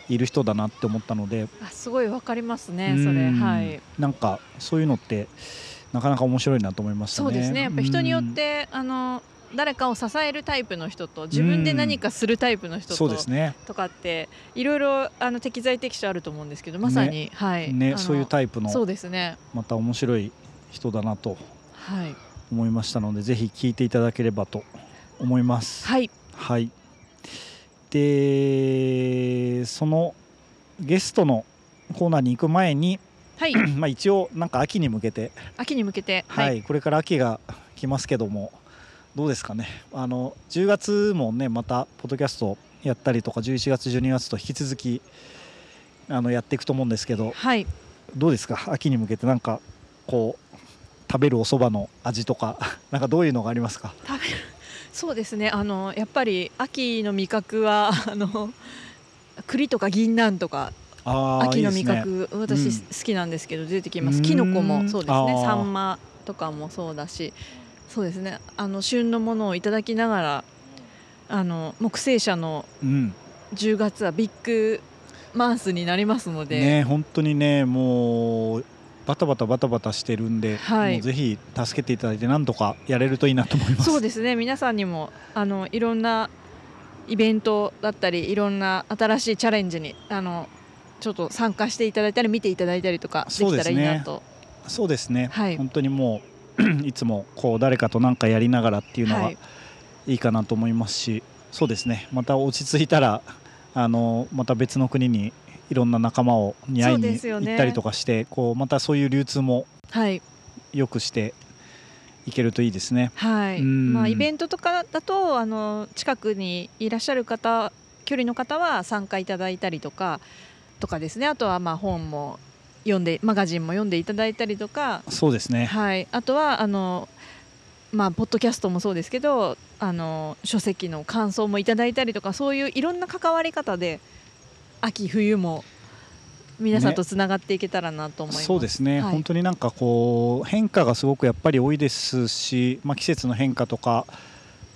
Speaker 2: いる人だなって思ったので、
Speaker 1: あすごいわかります
Speaker 2: う
Speaker 1: ね
Speaker 2: ん
Speaker 1: それはい
Speaker 2: なんかそういうのってなかなか面白いなと思いましたね。
Speaker 1: そうですねやっぱ人によってあの誰かを支えるタイプの人と自分で何かするタイプの
Speaker 2: うん
Speaker 1: 人
Speaker 2: そう
Speaker 1: と
Speaker 2: ですね
Speaker 1: とかっていろいろあの適材適所あると思うんですけどまさにはいあ
Speaker 2: ね
Speaker 1: の
Speaker 2: そういうタイプの
Speaker 1: そうですね
Speaker 2: また面白い人だなと
Speaker 1: はい
Speaker 2: 思いましたのでぜひ聞いていただければと思います。
Speaker 1: はい
Speaker 2: はい、でそのゲストのコーナーに行く前に
Speaker 1: はい
Speaker 2: まあ一応なんか秋に向けて、
Speaker 1: 秋に向けて
Speaker 2: はいこれから秋が来ますけどもどうですかねあの10月もねまたポッドキャストやったりとか11月12月と引き続きあのやっていくと思うんですけど
Speaker 1: はい
Speaker 2: どうですか秋に向けてなんかこう食べるお蕎麦の味とかなんかどういうのがありますか
Speaker 1: 食べるそうですねあのやっぱり秋の味覚は あの栗とか銀杏とか
Speaker 2: あー
Speaker 1: 秋の
Speaker 2: い
Speaker 1: 味
Speaker 2: いですね
Speaker 1: 覚
Speaker 2: う
Speaker 1: 私
Speaker 2: ん
Speaker 1: す好きなんですけど出てきま
Speaker 2: うー
Speaker 1: す
Speaker 2: ん
Speaker 1: きのこもそうです
Speaker 2: あー
Speaker 1: ねサンマとかもそうだしそうですねあの旬のものをいただきながらあの木星社の
Speaker 2: うん
Speaker 1: 10月はビッグマンスになりますので、
Speaker 2: ね本当にねもうバタバタバタバタしてるんで、
Speaker 1: はい
Speaker 2: もうぜひ助けていただいて何とかやれるといいなと思います。
Speaker 1: そうですね皆さんにもあのいろんなイベントだったりいろんな新しいチャレンジにあのちょっと参加していただいたり見ていただいたりとかで
Speaker 2: そう
Speaker 1: き
Speaker 2: で
Speaker 1: た
Speaker 2: す
Speaker 1: ら
Speaker 2: ね
Speaker 1: いいなと、
Speaker 2: そうですね、
Speaker 1: はい
Speaker 2: 本当にもう いつもこう誰かと何かやりながらっていうの
Speaker 1: は
Speaker 2: が
Speaker 1: い、
Speaker 2: いいかなと思いますし、そうですねまた落ち着いたらあのまた別の国にいろんな仲間をに
Speaker 1: そ
Speaker 2: 会い
Speaker 1: う
Speaker 2: に
Speaker 1: ですよね
Speaker 2: 行ったりとかして、こうまたそういう流通も
Speaker 1: はい
Speaker 2: 良くしていけるといいですね。
Speaker 1: は
Speaker 2: う
Speaker 1: い。
Speaker 2: ん
Speaker 1: まあイベントとかだとあの近くにいらっしゃる方、距離の方は参加いただいたりとかとかですね。あとはまあ本も読んでマガジンも読んでいただいたりとか、
Speaker 2: そうですね。
Speaker 1: はい。あとはあのまあポッドキャストもそうですけど、あの書籍の感想もいただいたりとか、そういういろんな関わり方で秋冬も皆さんとつながっていけたらなと思います。
Speaker 2: そうですね、
Speaker 1: はい
Speaker 2: 本当になんかこう変化がすごくやっぱり多いですし、まあ、季節の変化とか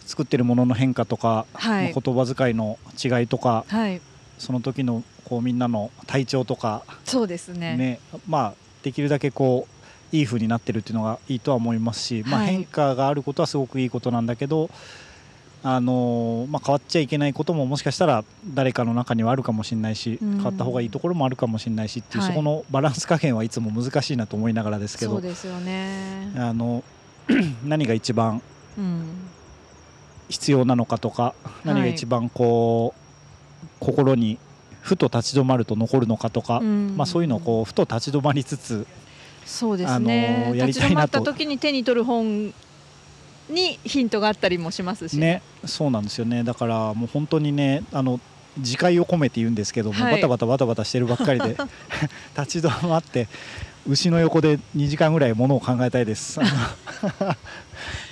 Speaker 2: 作ってるものの変化とか、
Speaker 1: はい
Speaker 2: まあ言葉遣いの違いとか
Speaker 1: はい。
Speaker 2: その時のこうみんなの体調とか、
Speaker 1: そうです
Speaker 2: ね
Speaker 1: ね。
Speaker 2: まあ、できるだけこういい風になってるっていうのがいいとは思いますし、まあ、
Speaker 1: はい
Speaker 2: 変化があることはすごくいいことなんだけど、あのーまあ、変わっちゃいけないことももしかしたら誰かの中にはあるかもしれないし、
Speaker 1: うん
Speaker 2: 変わった方がいいところもあるかもしれないしっていう、
Speaker 1: はい
Speaker 2: そこのバランス加減はいつも難しいなと思いながらですけ
Speaker 1: そう
Speaker 2: ど
Speaker 1: ですよね。
Speaker 2: あの 何が一番
Speaker 1: うん。
Speaker 2: 必要なのかとか
Speaker 1: い
Speaker 2: 何が一番こう、心にふと立ち止まると残るのかとか、まあ、そういうのをこうふと立ち止まりつつ
Speaker 1: うんそうですね、
Speaker 2: あのやり
Speaker 1: 立
Speaker 2: た
Speaker 1: ち
Speaker 2: い
Speaker 1: 止ま
Speaker 2: な
Speaker 1: っ
Speaker 2: と
Speaker 1: た時に手に取る本にヒントがあったりもしますし、
Speaker 2: ね、そうなんですよねだからもう本当にねあの自戒を込めて言うんですけども、
Speaker 1: はい
Speaker 2: バタバタバタバタしてるばっか りで立ち止まって牛の横で2時間ぐらいものを考えたいです。あの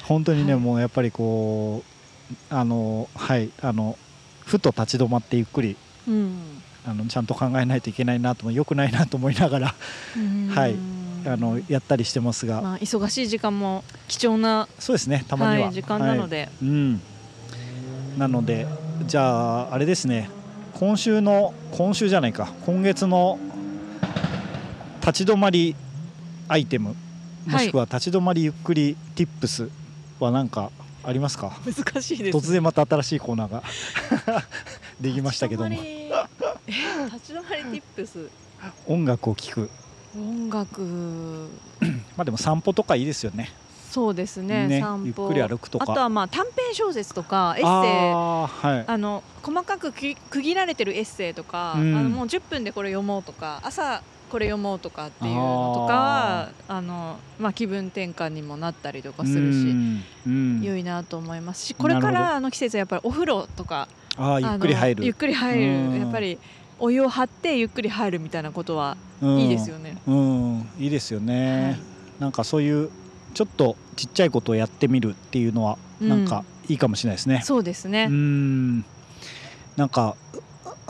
Speaker 2: 本当にね、
Speaker 1: はい
Speaker 2: もうやっぱりこうあのはいあのふと立ち止まってゆっくり
Speaker 1: うん
Speaker 2: あのちゃんと考えないといけないなとも良くないなと思いながらはいあのやったりしてますが、
Speaker 1: まあ、忙しい時間も貴重な、
Speaker 2: そうですねたま
Speaker 1: は
Speaker 2: には、
Speaker 1: い、時間な
Speaker 2: は
Speaker 1: の
Speaker 2: い
Speaker 1: で、
Speaker 2: うん、なのでじゃああれですね今週の今週じゃないか今月の立ち止まりアイテムもしくは立ち止まりゆっくり Tips は何かありますか
Speaker 1: 難しいです
Speaker 2: 突然また新しいコーナーが できましたけども
Speaker 1: 立ち止まり え立ち止まり tips
Speaker 2: 音楽を聴く
Speaker 1: 音楽
Speaker 2: まあでも散歩とかいいですよね
Speaker 1: そうですね
Speaker 2: ね
Speaker 1: 散歩
Speaker 2: ゆっくり歩くとか
Speaker 1: あとはまあ短編小説とかエッセイ
Speaker 2: あーは
Speaker 1: あの細かくき区切られてるエッセイとか、
Speaker 2: うん
Speaker 1: あのもう10分でこれ読もうとか朝これ読もうとかっていうのとかはあの、まあ、気分転換にもなったりとか
Speaker 2: い
Speaker 1: するし、
Speaker 2: うんうん
Speaker 1: 良いなと思いますしこれ
Speaker 2: な
Speaker 1: か
Speaker 2: るほど
Speaker 1: らあの季節はやっぱりお風呂とか
Speaker 2: あーゆっくり入
Speaker 1: あのゆっ
Speaker 2: る
Speaker 1: くり入
Speaker 2: うん
Speaker 1: るやっぱりお湯を張ってゆっくり入るみたいなことは
Speaker 2: うん
Speaker 1: いいですよね。
Speaker 2: うんいいですよね、
Speaker 1: はい
Speaker 2: なんかそういうちょっとちっちゃいことをやってみるっていうのはなんかいいかもしれないですね。
Speaker 1: そうです
Speaker 2: う
Speaker 1: ね
Speaker 2: ん、なんか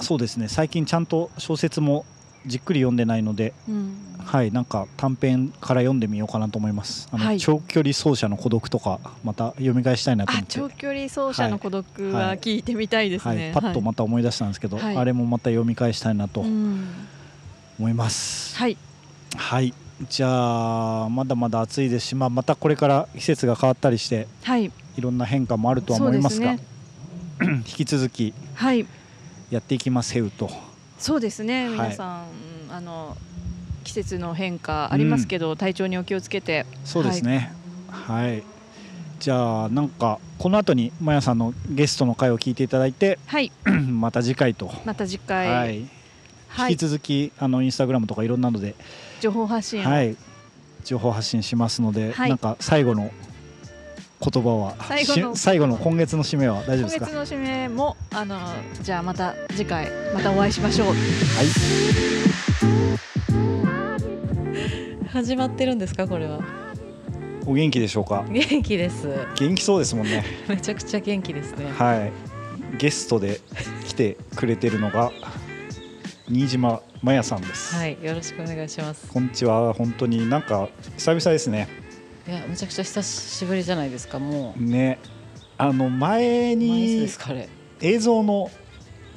Speaker 2: そうですね最近ちゃんと小説もじっくり読んでないので、
Speaker 1: うん
Speaker 2: はい、なんか短編から読んでみようかなと思います。あの
Speaker 1: はい
Speaker 2: 長距離走者の孤独とかまた読み返したいなと思
Speaker 1: あ
Speaker 2: って。
Speaker 1: 長距離走者の孤独は聞いてみたいです
Speaker 2: は
Speaker 1: ね
Speaker 2: い、。パッとまた思い出したんですけど、
Speaker 1: はい
Speaker 2: あれもまた読み返したいなと
Speaker 1: はいうん
Speaker 2: 思います。
Speaker 1: はい
Speaker 2: はい、じゃあまだまだ暑いですし、まあ、またこれから季節が変わったりして
Speaker 1: はい
Speaker 2: いろんな変化もあるとは思いますが 引き続き
Speaker 1: はい
Speaker 2: やっていきますヘウと
Speaker 1: そうですね、
Speaker 2: はい
Speaker 1: 皆さんうんあの季節の変化ありますけど、体調にお気をつけて
Speaker 2: そうですねはい、じゃあなんかこの後にマヤさんのゲストの回を聞いていただいて
Speaker 1: はい
Speaker 2: また次回と、
Speaker 1: また次回、
Speaker 2: は
Speaker 1: はい
Speaker 2: い引き続きあのインスタグラムとかいろんなので、
Speaker 1: 情報発信を、
Speaker 2: はい、情報発信しますので、
Speaker 1: はい
Speaker 2: なんか最後の言葉は
Speaker 1: 最後の
Speaker 2: し最後の今月の締めは大丈
Speaker 1: 今
Speaker 2: 夫ですか
Speaker 1: 月の締めもあのじゃあまた次回またお会いしましょう
Speaker 2: はい
Speaker 3: 始まってるんですかこれは
Speaker 2: お元気でしょうか
Speaker 3: 元気です
Speaker 2: 元気そうですもんね
Speaker 3: めちゃくちゃ元気ですね
Speaker 2: はいゲストで来てくれてるのが新島真也さんです、
Speaker 3: はいよろしくお願いします
Speaker 2: こんにちは本当になんか久々ですね
Speaker 3: いやめちゃくちゃ久しぶりじゃないですかも
Speaker 2: ねあの前
Speaker 3: う毎日で
Speaker 2: に
Speaker 3: すかあれ
Speaker 2: 映像の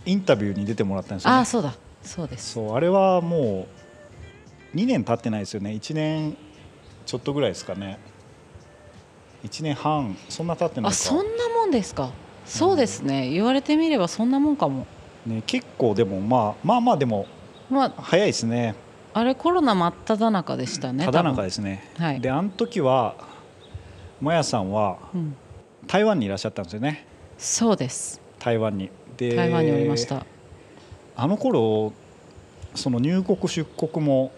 Speaker 2: インタビューに出てもらったんですよ、ね、
Speaker 3: あそうだそうです
Speaker 2: そうあれはもう2年経ってないですよね1年ちょっとぐらいですかね1年半そんな経ってない
Speaker 3: あ
Speaker 2: か
Speaker 3: そんなもんですかそうですね言われてみればそんなもんかも
Speaker 2: ね、結構でも、まあ、まあまあでも
Speaker 3: まあ
Speaker 2: 早いですね
Speaker 3: あれコロナ真っ只中でしたね
Speaker 2: ただ中
Speaker 3: で
Speaker 2: ですね
Speaker 3: はい
Speaker 2: であの時はマヤさんは
Speaker 3: うん、
Speaker 2: 台湾にいらっしゃったんですよね
Speaker 3: そうです
Speaker 2: 台湾にで
Speaker 3: 台湾におりました、
Speaker 2: あの頃その入国出国も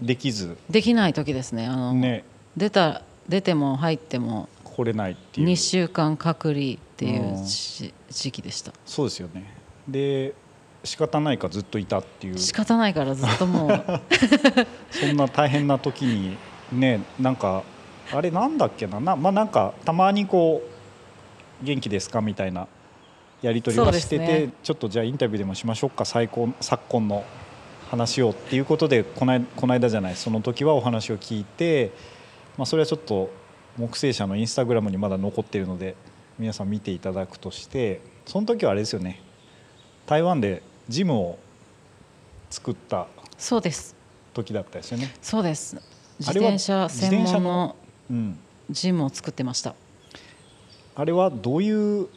Speaker 2: できず
Speaker 3: できない時ですねあの、
Speaker 2: ね
Speaker 3: 出た出ても入っても
Speaker 2: 来れないっていう
Speaker 3: 2週間隔離ってい
Speaker 2: うん
Speaker 3: うし時期でした
Speaker 2: そうですよねで仕方ないからずっといたっていう
Speaker 3: 仕方ないからずっと もう
Speaker 2: そんな大変な時にねなんかあれなんだっけななまあなんかたまにこう元気ですかみたいなやり取り
Speaker 3: そ
Speaker 2: は
Speaker 3: うで
Speaker 2: し
Speaker 3: す
Speaker 2: て
Speaker 3: ね
Speaker 2: て、ちょっとじゃあインタビューでもしましょうか最高昨今の話をっていうことでこないこの間じゃないその時はお話を聞いて、まあ、それはちょっと木星社のインスタグラムにまだ残っているので皆さん見ていただくとしてその時はあれですよね台湾でジムを作った
Speaker 3: そうです
Speaker 2: 時だったですよね。
Speaker 3: そうです自
Speaker 2: あれは
Speaker 3: 転車専
Speaker 2: 自転車
Speaker 3: 門
Speaker 2: の
Speaker 3: の
Speaker 2: うん
Speaker 3: ジムを作ってました
Speaker 2: あれはどういう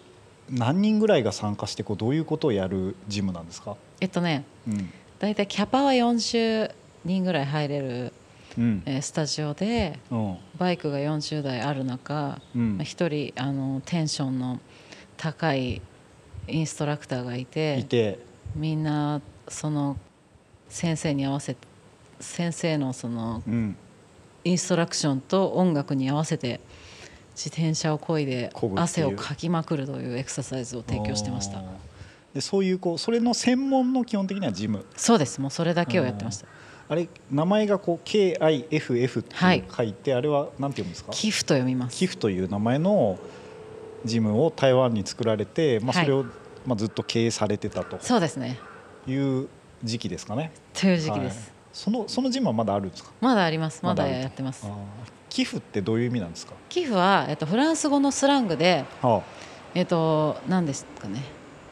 Speaker 2: 何人ぐらいが参加してこうどういうことをやるジムなんですか、
Speaker 3: えっとね
Speaker 2: うん
Speaker 3: 大体キャパは40人ぐらい入れる、
Speaker 2: うん
Speaker 3: えースタジオで
Speaker 2: うん
Speaker 3: バイクが40台ある中
Speaker 2: うん
Speaker 3: まあ、一人あのテンションの高いインストラクターがいて
Speaker 2: いて、
Speaker 3: みんなその先生に合わせ先生のその
Speaker 2: うん、
Speaker 3: インストラクションと音楽に合わせて自転車を漕いで
Speaker 2: 漕ぐっていう
Speaker 3: 汗をかきまくるというエクササイズを提供してました
Speaker 2: あーでそういうこうそれの専門の基本的にはジム
Speaker 3: そうですもうそれだけをやってました
Speaker 2: あれ名前がこう KIFF って
Speaker 3: はい
Speaker 2: 書いて、あれはなんて読むんですか
Speaker 3: 寄付と読みます
Speaker 2: 寄付という名前のジムを台湾に作られて、まあ、
Speaker 3: はい
Speaker 2: それを、まあ、ずっと経営されてたと
Speaker 3: そうですね
Speaker 2: いう時期ですかね
Speaker 3: という時期です、
Speaker 2: はいそのそのジムはまだあるんですか
Speaker 3: まだありますま
Speaker 2: まだあ
Speaker 3: だ
Speaker 2: ると
Speaker 3: やってます
Speaker 2: あー寄付ってどういう意味なんですか
Speaker 3: 寄付は、えっと、フランス語のスラングで
Speaker 2: は
Speaker 3: えっと何ですかね、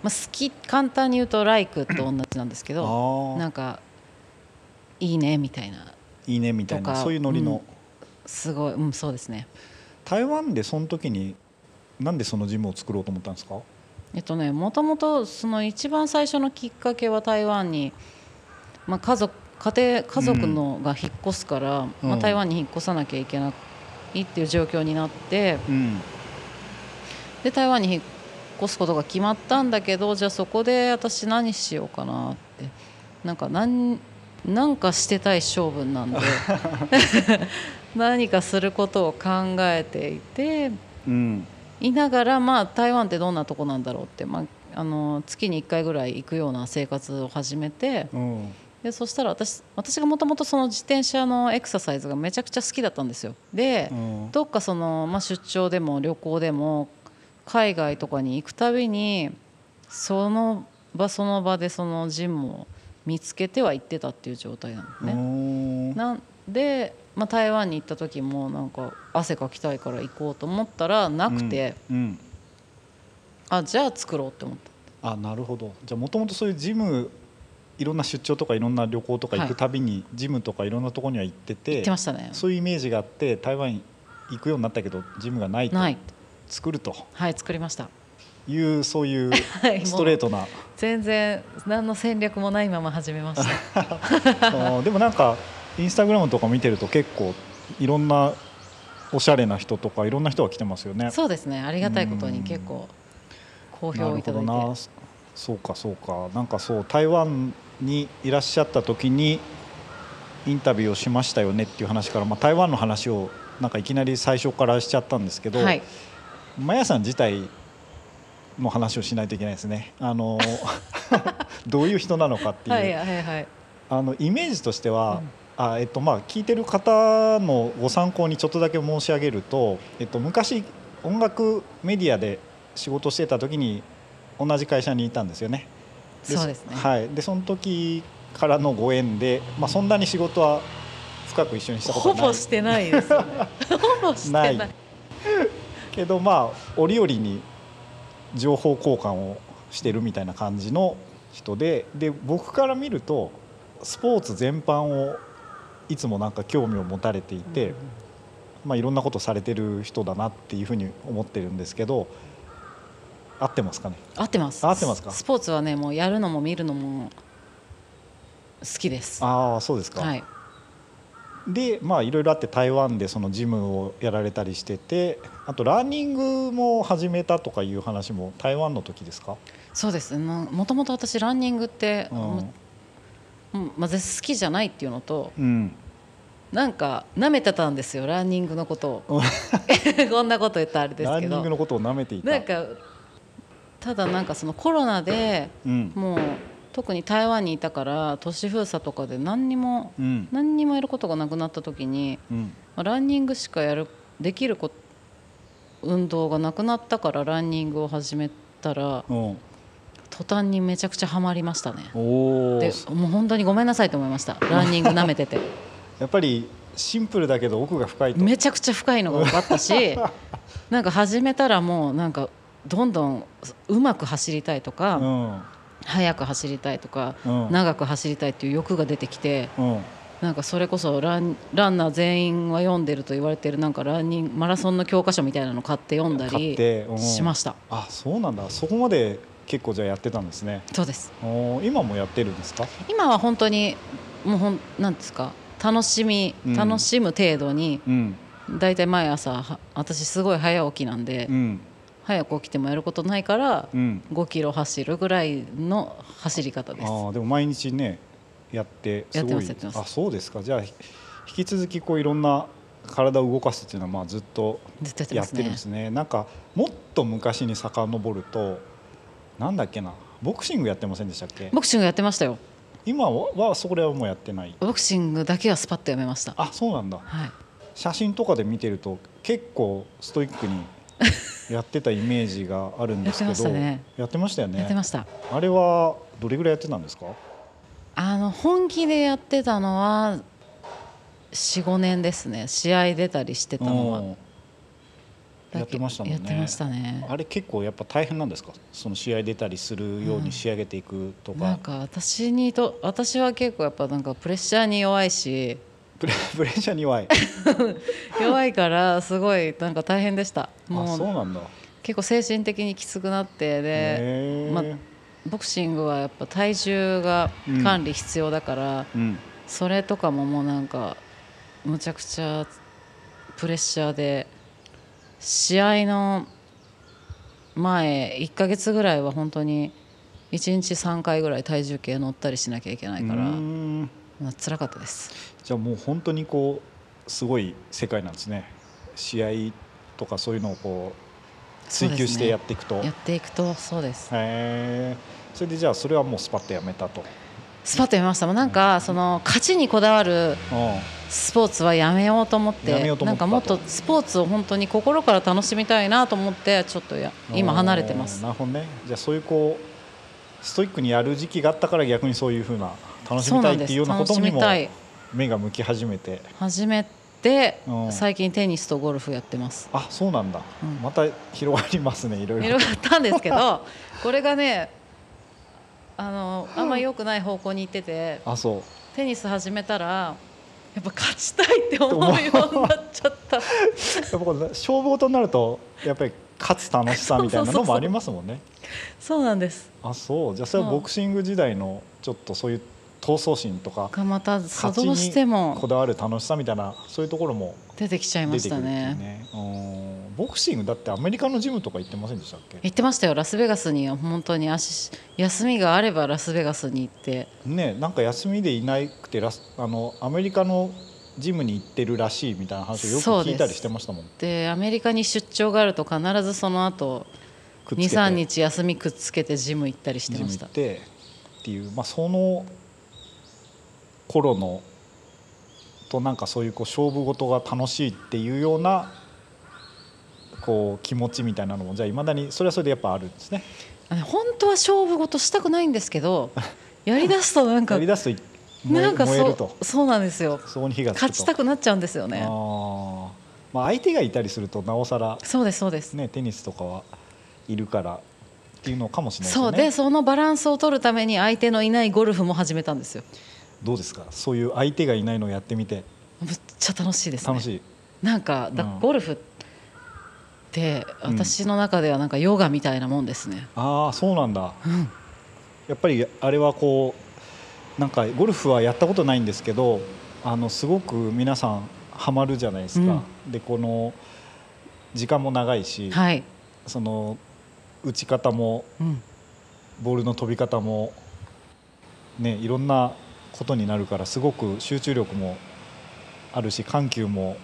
Speaker 3: まあ、好き簡単に言うと「like」と同じなんですけ
Speaker 2: あ、あ
Speaker 3: どなんか「いいね」みたいな
Speaker 2: ーいいねみたいな
Speaker 3: とか
Speaker 2: そういうノリの、
Speaker 3: うんすごいうんそうですね
Speaker 2: 台湾でその時になんでそのジムを作ろうと思ったんですか
Speaker 3: えっとねもともとその一番最初のきっかけは台湾に、まあ、家族家庭家族のが引っ越すから、
Speaker 2: う
Speaker 3: まあ、
Speaker 2: ん
Speaker 3: 台湾に引っ越さなきゃいけないっていう状況になって
Speaker 2: うん
Speaker 3: で台湾に引っ越すことが決まったんだけどじゃあそこで私何しようかなってなんか何なんかしてたい性分なんで何かすることを考えていて
Speaker 2: うん
Speaker 3: いながら、まあ、台湾ってどんなとこなんだろうって、まあ、あの月に1回ぐらい行くような生活を始めて
Speaker 2: うん
Speaker 3: でそしたら私私がもともとその自転車のエクササイズがめちゃくちゃ好きだったんですよで、
Speaker 2: うん
Speaker 3: どっかその、まあ、出張でも旅行でも海外とかに行くたびにその場その場でそのジムを見つけては行ってたっていう状態なのね。
Speaker 2: おー
Speaker 3: なんで、まあ、台湾に行った時もなんか汗かきたいから行こうと思ったらなくて、
Speaker 2: うん、
Speaker 3: あじゃあ作ろうって思った
Speaker 2: あなるほどじゃあもともとそういうジムいろんな出張とかいろんな旅行とか行くたびに、ジムとかいろんなところには行ってて
Speaker 3: 言ってましたね
Speaker 2: そういうイメージがあって台湾行くようになったけどジムがないと
Speaker 3: ない
Speaker 2: 作ると
Speaker 3: はい作りました
Speaker 2: いうそういう
Speaker 3: はいもう
Speaker 2: ストレートな
Speaker 3: 全然何の戦略もないまま始めました
Speaker 2: あーでもなんかインスタグラムとか見てると結構いろんなおしゃれな人とかいろんな人が来てますよ ね。
Speaker 3: そうですねありがたいことに結構好評
Speaker 2: な
Speaker 3: を
Speaker 2: る
Speaker 3: いた
Speaker 2: ほ
Speaker 3: だ
Speaker 2: ど
Speaker 3: いて
Speaker 2: なそうかそうかなんかそう台湾にいらっしゃった時にインタビューをしましたよねっていう話から、まあ、台湾の話をなんかいきなり最初からしちゃったんですけど、
Speaker 3: はい
Speaker 2: マヤさん自体の話をしないといけないですね。あ のどういう人なのかっていう、
Speaker 3: はいはいはい
Speaker 2: あのイメージとしては、
Speaker 3: うん
Speaker 2: あえっとまあ、聞いてる方のご参考にちょっとだけ申し上げると、えっと、昔音楽メディアで仕事してた時に同じ会社にいたんですよね。
Speaker 3: そうですね
Speaker 2: はい、でその時からのご縁で、まあ、そんなに仕事は深く一緒にしたこと
Speaker 3: ほ
Speaker 2: はない
Speaker 3: ぼしてないですよねほぼしてない
Speaker 2: ないけどまあ折々に情報交換をしてるみたいな感じの人でで僕から見るとスポーツ全般をいつもなんか興味を持たれていて、
Speaker 3: うん
Speaker 2: まあ、いろんなことされてる人だなっていうふうに思ってるんですけど合ってますかね
Speaker 3: 合ってます
Speaker 2: 合ってますか
Speaker 3: スポーツはねもうやるのも見るのも好きです
Speaker 2: あ
Speaker 3: は
Speaker 2: あそうですか、
Speaker 3: い
Speaker 2: でまあいろいろあって台湾でそのジムをやられたりしててあとランニングも始めたとかいう話も台湾の時ですか、
Speaker 3: そうですももともと私ランニングって、
Speaker 2: うん
Speaker 3: うんまず好きじゃないっていうのと
Speaker 2: うん、
Speaker 3: なんか舐めてたんですよランニングのことを こんなこと言ったらあれです
Speaker 2: ラン
Speaker 3: け
Speaker 2: ニン
Speaker 3: ど
Speaker 2: グのことを舐めていた
Speaker 3: なんかただなんかそのコロナで
Speaker 2: うん
Speaker 3: もう特に台湾にいたから都市封鎖とかで何にも
Speaker 2: うん
Speaker 3: 何にもやることがなくなった時に
Speaker 2: うん
Speaker 3: まあランニングしかやるできるこ運動がなくなったからランニングを始めたら
Speaker 2: うん
Speaker 3: 途端にめちゃくちゃハマりましたね
Speaker 2: お
Speaker 3: で
Speaker 2: ー
Speaker 3: もう本当にごめんなさいと思いましたランニング舐め てて
Speaker 2: やっぱりシンプルだけど奥が深いと
Speaker 3: めちゃくちゃ深いのが分かったしなんか始めたらもうなんかどんどんうまく走りたいとか、
Speaker 2: うん
Speaker 3: 速く走りたいとか
Speaker 2: うん
Speaker 3: 長く走りたいっていう欲が出てきて
Speaker 2: うん
Speaker 3: なんかそれこそランランナー全員は読んでると言われてるなんかランニングマラソンの教科書みたいなの買って読んだ
Speaker 2: 買っ
Speaker 3: り
Speaker 2: てうん
Speaker 3: しました
Speaker 2: あそうなんだそこまで結構じゃあやってたんですね
Speaker 3: そうです
Speaker 2: おー今もやってるんですか
Speaker 3: 今は本当にもうほんなんですか楽しみ
Speaker 2: うん
Speaker 3: 楽しむ程度に
Speaker 2: うん
Speaker 3: だいたい毎朝は私すごい早起きなんで
Speaker 2: うん
Speaker 3: 早く起きてもやることないから
Speaker 2: うん
Speaker 3: 5キロ走るぐらいの走り方です
Speaker 2: ああでも毎日ねやってす
Speaker 3: やって
Speaker 2: ご
Speaker 3: ま
Speaker 2: い
Speaker 3: すやってます
Speaker 2: あそうですかじゃあひ引き続きこういろんな体を動かすっていうのはまあずっと
Speaker 3: ずっと
Speaker 2: や
Speaker 3: や
Speaker 2: っ
Speaker 3: ってて
Speaker 2: るん
Speaker 3: ま
Speaker 2: です
Speaker 3: ね
Speaker 2: すねなんかもっと昔に遡るとなんだっけなボクシングやってませんでしたっけ
Speaker 3: ボクシングやってましたよ
Speaker 2: 今ははそれはもうやってない
Speaker 3: ボクシングだけはスパッとやめました
Speaker 2: あそうなんだ
Speaker 3: はい
Speaker 2: 写真とかで見てると結構ストイック にやってたイメージがあるんですけど
Speaker 3: やってましたね
Speaker 2: やってましたよ
Speaker 3: やって
Speaker 2: ね
Speaker 3: ました
Speaker 2: あれはどれぐらいやってたんですか
Speaker 3: あの本気でやってたのは45年ですね試合出たりしてたのは
Speaker 2: うん
Speaker 3: だけ
Speaker 2: やってましたもんね
Speaker 3: やってましたね
Speaker 2: あれ結構やっぱ大変なんですかその試合出たりするように仕上げていくとか,、
Speaker 3: なんか私にと私は結構やっぱなんかプレッシャーに弱 いし
Speaker 2: プレプレッシャーに弱い
Speaker 3: 弱いからすごいなんか大変でした
Speaker 2: あ
Speaker 3: も
Speaker 2: そう
Speaker 3: う
Speaker 2: なんだ
Speaker 3: 結構精神的にきつくなってで
Speaker 2: へえ、
Speaker 3: まボクシングはやっぱ体重が管理必要だから、
Speaker 2: うん
Speaker 3: それとかももうなんかむちゃくちゃプレッシャーで試合の前1ヶ月ぐらいは本当に1日3回ぐらい体重計乗ったりしなきゃいけないから
Speaker 2: うーん
Speaker 3: まあ辛かったです
Speaker 2: じゃあもう本当にこうすごい世界なんですね試合とかそういうのをこう追求してやっていくと、
Speaker 3: やっていくとそうです
Speaker 2: へえそれでじゃあそれはもうスパッとやめたと
Speaker 3: スパッとやめましたもうなんかその勝ちにこだわる
Speaker 2: あ
Speaker 3: スポーツはやめようと思っ
Speaker 2: やめようと
Speaker 3: てな
Speaker 2: 思っ
Speaker 3: ん
Speaker 2: たと
Speaker 3: かもっとスポーツを本当に心から楽しみたいなと思ってちょっとや
Speaker 2: あ
Speaker 3: 今離れてます
Speaker 2: なるほどねじゃあそういうこうストイックにやる時期があったから逆にそういうふうな楽し
Speaker 3: そう
Speaker 2: みた
Speaker 3: ないん
Speaker 2: って
Speaker 3: で
Speaker 2: いうよ
Speaker 3: す
Speaker 2: うなこ
Speaker 3: 楽
Speaker 2: と
Speaker 3: し
Speaker 2: に
Speaker 3: み
Speaker 2: も
Speaker 3: たい
Speaker 2: 目が向き始めて
Speaker 3: 初めて
Speaker 2: うん
Speaker 3: 最近テニスとゴルフやってます
Speaker 2: あそうなんだ、
Speaker 3: うん
Speaker 2: また広がりますねいろいろ
Speaker 3: 広がったんですけ どこれがねあのあんま良くない方向に行ってて
Speaker 2: あそ
Speaker 3: テニス始めたらやっぱ勝ちたいって思うようになっち ゃった
Speaker 2: うやっぱこう勝負事になるとやっぱり勝つ楽しさみたいなのもありますもんね
Speaker 3: そうなんです
Speaker 2: あそうじゃあそれは
Speaker 3: そう
Speaker 2: ボクシング時代のちょっとそういう闘争心とか
Speaker 3: がまたそ
Speaker 2: 勝
Speaker 3: う
Speaker 2: ち
Speaker 3: どうして
Speaker 2: にこ
Speaker 3: も
Speaker 2: だわる楽しさみたいなそういうところも
Speaker 3: 出てきちゃいま
Speaker 2: 出
Speaker 3: して
Speaker 2: くる
Speaker 3: た
Speaker 2: っていう
Speaker 3: ね
Speaker 2: ねうんボクシングだってアメリカのジムとか行ってませんでしたっけ
Speaker 3: 行ってましたよラスベガスに本当に足し休みがあればラスベガスに行って
Speaker 2: ねなんか休みでいなくてラスあのアメリカのジムに行ってるらしいみたいな話をよく
Speaker 3: そうです
Speaker 2: 聞いたりしてましたもん
Speaker 3: でアメリカに出張があると必ずその後
Speaker 2: くっつけて
Speaker 3: 23日休みくっつけてジム行ったりして
Speaker 2: ジ
Speaker 3: ま
Speaker 2: ム
Speaker 3: し
Speaker 2: 行
Speaker 3: た
Speaker 2: ってっていう、まあ、その頃のとなんかそういうこう勝負事が楽しいっていうようなこう気持ちみたいなのもじゃあいまだにそれはそれでやっぱあるんですね。
Speaker 3: あの本当は勝負事したくないんです けどやりだすとなんか
Speaker 2: やり出すと燃え
Speaker 3: なんか
Speaker 2: 燃える
Speaker 3: そ
Speaker 2: と
Speaker 3: うそうなんですよ
Speaker 2: そこに火がつくと
Speaker 3: 勝ちたくなっちゃうんですよね
Speaker 2: あーまあ、相手がいたりするとなおさら、
Speaker 3: そうですそうです、
Speaker 2: ね、テニスとかはいるからっていうのかもしれないです
Speaker 3: そ
Speaker 2: よ
Speaker 3: うで
Speaker 2: ね。
Speaker 3: そのバランスを取るために相手のいないゴルフも始めたんですよ
Speaker 2: どうですかそういう相手がいないのをやってみて
Speaker 3: むっちゃ楽しいです、ね、
Speaker 2: 楽しい、
Speaker 3: なんかだ
Speaker 2: うん
Speaker 3: ゴルフって
Speaker 2: うん
Speaker 3: 私の中ではなんかヨガみたいなもんですね、
Speaker 2: ああそうなんだ
Speaker 3: うん
Speaker 2: やっぱりあれはこうなんかゴルフはやったことないんですけどあのすごく皆さんハマるじゃないですか、でこの時間も長いし、
Speaker 3: はい、
Speaker 2: その打ち方も
Speaker 3: うん、
Speaker 2: ボールの飛び方も、ね、いろんなことになるからすごく集中力もあるし緩急も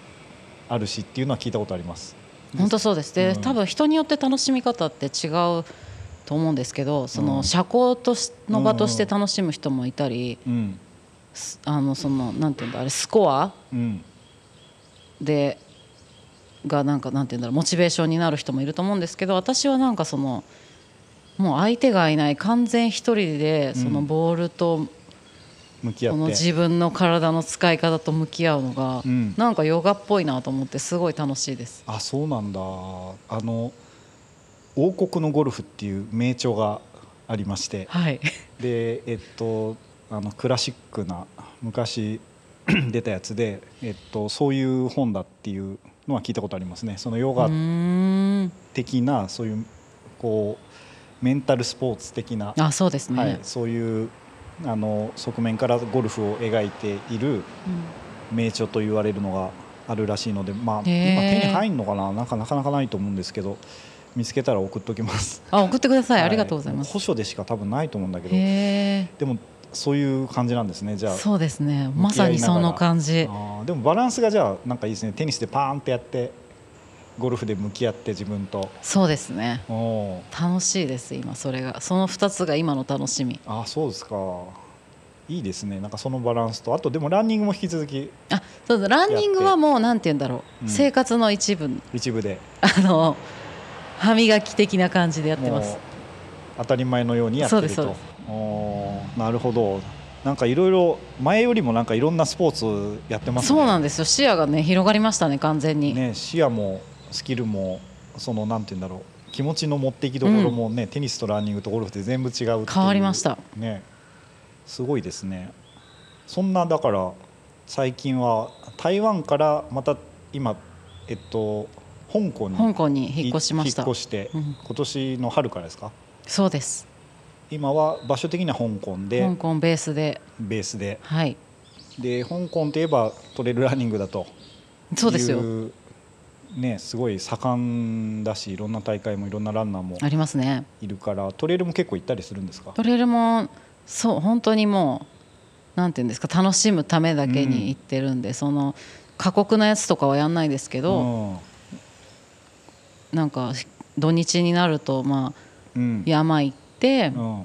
Speaker 2: あるしっていうのは聞いたことあります。
Speaker 3: 本当そうですで、
Speaker 2: うん
Speaker 3: 多分人によって楽しみ方って違うと思うんですけどそうの
Speaker 2: ん
Speaker 3: 社交としの場として楽しむ人もいたり、
Speaker 2: うん
Speaker 3: すあのそのなんていうんだあれスコア
Speaker 2: うん
Speaker 3: でがなんかなんていうんだろうモチベーションになる人もいると思うんですけど私はなんかそのもう相手がいない完全一人でその
Speaker 2: うん
Speaker 3: ボールと
Speaker 2: 向き合
Speaker 3: こ
Speaker 2: っ
Speaker 3: の
Speaker 2: て
Speaker 3: 自分の体の使い方と向き合うのが、
Speaker 2: うん
Speaker 3: なんかヨガっぽいなと思ってすごい楽しいです。
Speaker 2: あそうなんだあの王国のゴルフっていう名著がありまして
Speaker 3: はい、
Speaker 2: でえっとあのクラシックな昔 出たやつで、えっと、そういう本だっていうのは聞いたことありますねそのヨガ
Speaker 3: うーん
Speaker 2: 的なそういうこうメンタルスポーツ的な、
Speaker 3: あそうですね、
Speaker 2: はい、そういうあの側面からゴルフを描いている
Speaker 3: うん
Speaker 2: 名著と言われるのがあるらしいので、まあ、今
Speaker 3: へー
Speaker 2: 手に入るのかななんかなかなかないと思うんですけど見つけたら送っときます。
Speaker 3: あ送ってください、ありがとうございま
Speaker 2: は
Speaker 3: す
Speaker 2: 古書でしか多分ないと思うんだけど
Speaker 3: へ
Speaker 2: でもそういう感じなんですねじゃ
Speaker 3: え
Speaker 2: あ
Speaker 3: そうですね
Speaker 2: 向
Speaker 3: ま
Speaker 2: き
Speaker 3: さ
Speaker 2: 合いながら
Speaker 3: にその感じ
Speaker 2: あーでもバランスがじゃあなんかいいですねテニスでパーンってやってゴルフで向き合って自分と。
Speaker 3: そうですね
Speaker 2: おー
Speaker 3: 楽しいです今それがその2つが今の楽しみ
Speaker 2: あそうですかいいですねなんかそのバランスとあとでもランニングも引き続き
Speaker 3: あそうだランニングはもうなんて言うんだろう、
Speaker 2: うん
Speaker 3: 生活の一部
Speaker 2: 一部で
Speaker 3: あの歯磨き的な感じでやって
Speaker 2: も
Speaker 3: ま
Speaker 2: う
Speaker 3: す
Speaker 2: 当たり前のようにやって
Speaker 3: そうで
Speaker 2: る
Speaker 3: すそうで
Speaker 2: と
Speaker 3: す
Speaker 2: おーなるほどなんかいろいろ前よりもなんかいろんなスポーツやってますね
Speaker 3: そうなんですよ視野がね広がりましたね完全に、
Speaker 2: ね視野もスキルもそのなんて言うんだろう気持ちの持っていきどころもね、テニスとランニングとゴルフで全部違うっていう
Speaker 3: 変わりました
Speaker 2: ねすごいですねそんなだから最近は台湾からまた今えっと香港に
Speaker 3: 香港に引っ越しました
Speaker 2: 引っ越して
Speaker 3: うん
Speaker 2: 今年の春からですか
Speaker 3: そうです
Speaker 2: 今は場所的には香港で
Speaker 3: 香港ベースで
Speaker 2: ベースで
Speaker 3: はい
Speaker 2: で香港といえばトレイルランニングだと
Speaker 3: そうですよ
Speaker 2: いうねすごい盛んだしいろんな大会もいろんなランナーも
Speaker 3: ありますね
Speaker 2: いるからトレイルも結構行ったりするんですか
Speaker 3: トレイルもそう本当にもうなんていうんですか楽しむためだけに行ってるんで、その過酷なやつとかはやんないですけど、なんか土日になるとまあ
Speaker 2: うんうん
Speaker 3: 山行って、
Speaker 2: うん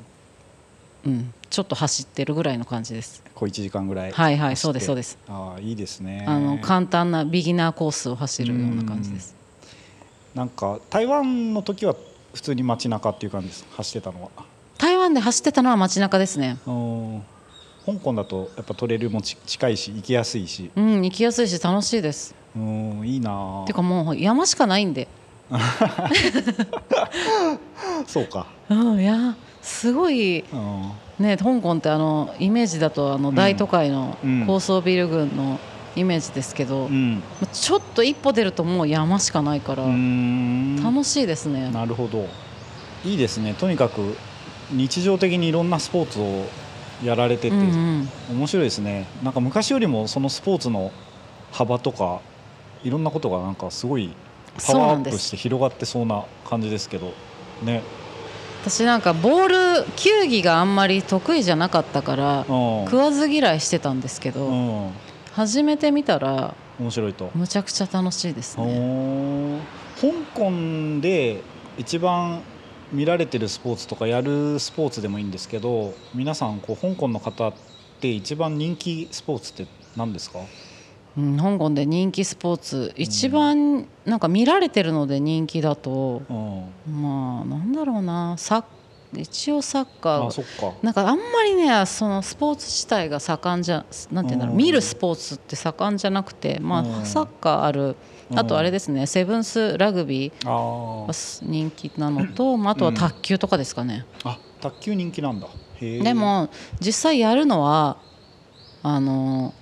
Speaker 3: うん、ちょっと走ってるぐらいの感じです。
Speaker 2: こう1時間ぐらい
Speaker 3: はいはい、そうですそうですす。
Speaker 2: ああいいですね
Speaker 3: あの簡単なビギナーコースを走るような感じです。
Speaker 2: なんか台湾の時は普通に街中っていう感じです走ってたのは
Speaker 3: 台湾で走ってたのは街中ですね。
Speaker 2: うん香港だとやっぱトレイルもち近いし行きやすいし
Speaker 3: うん、行きやすいし楽しいです。
Speaker 2: うんいいなあ
Speaker 3: てかもう山しかないんで。
Speaker 2: そうか、
Speaker 3: うん、いや、すごい。
Speaker 2: うん、
Speaker 3: ね、香港ってあのイメージだとあの
Speaker 2: ん
Speaker 3: 大都会の
Speaker 2: うん
Speaker 3: 高層ビル群のイメージですけど、
Speaker 2: うん
Speaker 3: ちょっと一歩出るともう山しかないから、
Speaker 2: うん
Speaker 3: 楽しいですね。
Speaker 2: なるほどいいですねとにかく日常的にいろんなスポーツをやられてて、
Speaker 3: うんうん、
Speaker 2: 面白いですねなんか昔よりもそのスポーツの幅とかいろんなことがなんかすごいパ
Speaker 3: そう
Speaker 2: ワ
Speaker 3: な
Speaker 2: ーア
Speaker 3: ん
Speaker 2: ッ
Speaker 3: で
Speaker 2: プし
Speaker 3: す。
Speaker 2: て広がってそうな感じですけどね
Speaker 3: 私なんかボール球技があんまり得意じゃなかったから
Speaker 2: うん、
Speaker 3: 食わず嫌いしてたんですけど、
Speaker 2: うん、
Speaker 3: 始めてみたら
Speaker 2: 面白いと、
Speaker 3: むちゃくちゃ楽しいですね。
Speaker 2: おー香港で一番見られてるスポーツとかやるスポーツでもいいんですけど皆さんこう香港の方って一番人気スポーツって何ですか
Speaker 3: うん、香港で人気スポーツ一番なんか見られてるので人気だと、
Speaker 2: うん
Speaker 3: まあなんだろうなサッ一応サッカ
Speaker 2: あ
Speaker 3: ー
Speaker 2: そっか
Speaker 3: なんかあんまりねそのスポーツ自体が盛んじゃなんて言うんだろ
Speaker 2: う
Speaker 3: うん見るスポーツって盛んじゃなくて、ま
Speaker 2: うん
Speaker 3: あ、サッカーある
Speaker 2: うん
Speaker 3: あとあれですねセブンスラグビー
Speaker 2: あ
Speaker 3: が
Speaker 2: ー
Speaker 3: 人気なのと、まあ、あとは卓球とかですかね、
Speaker 2: あ卓球人気なんだへー
Speaker 3: でも実際やるのはあの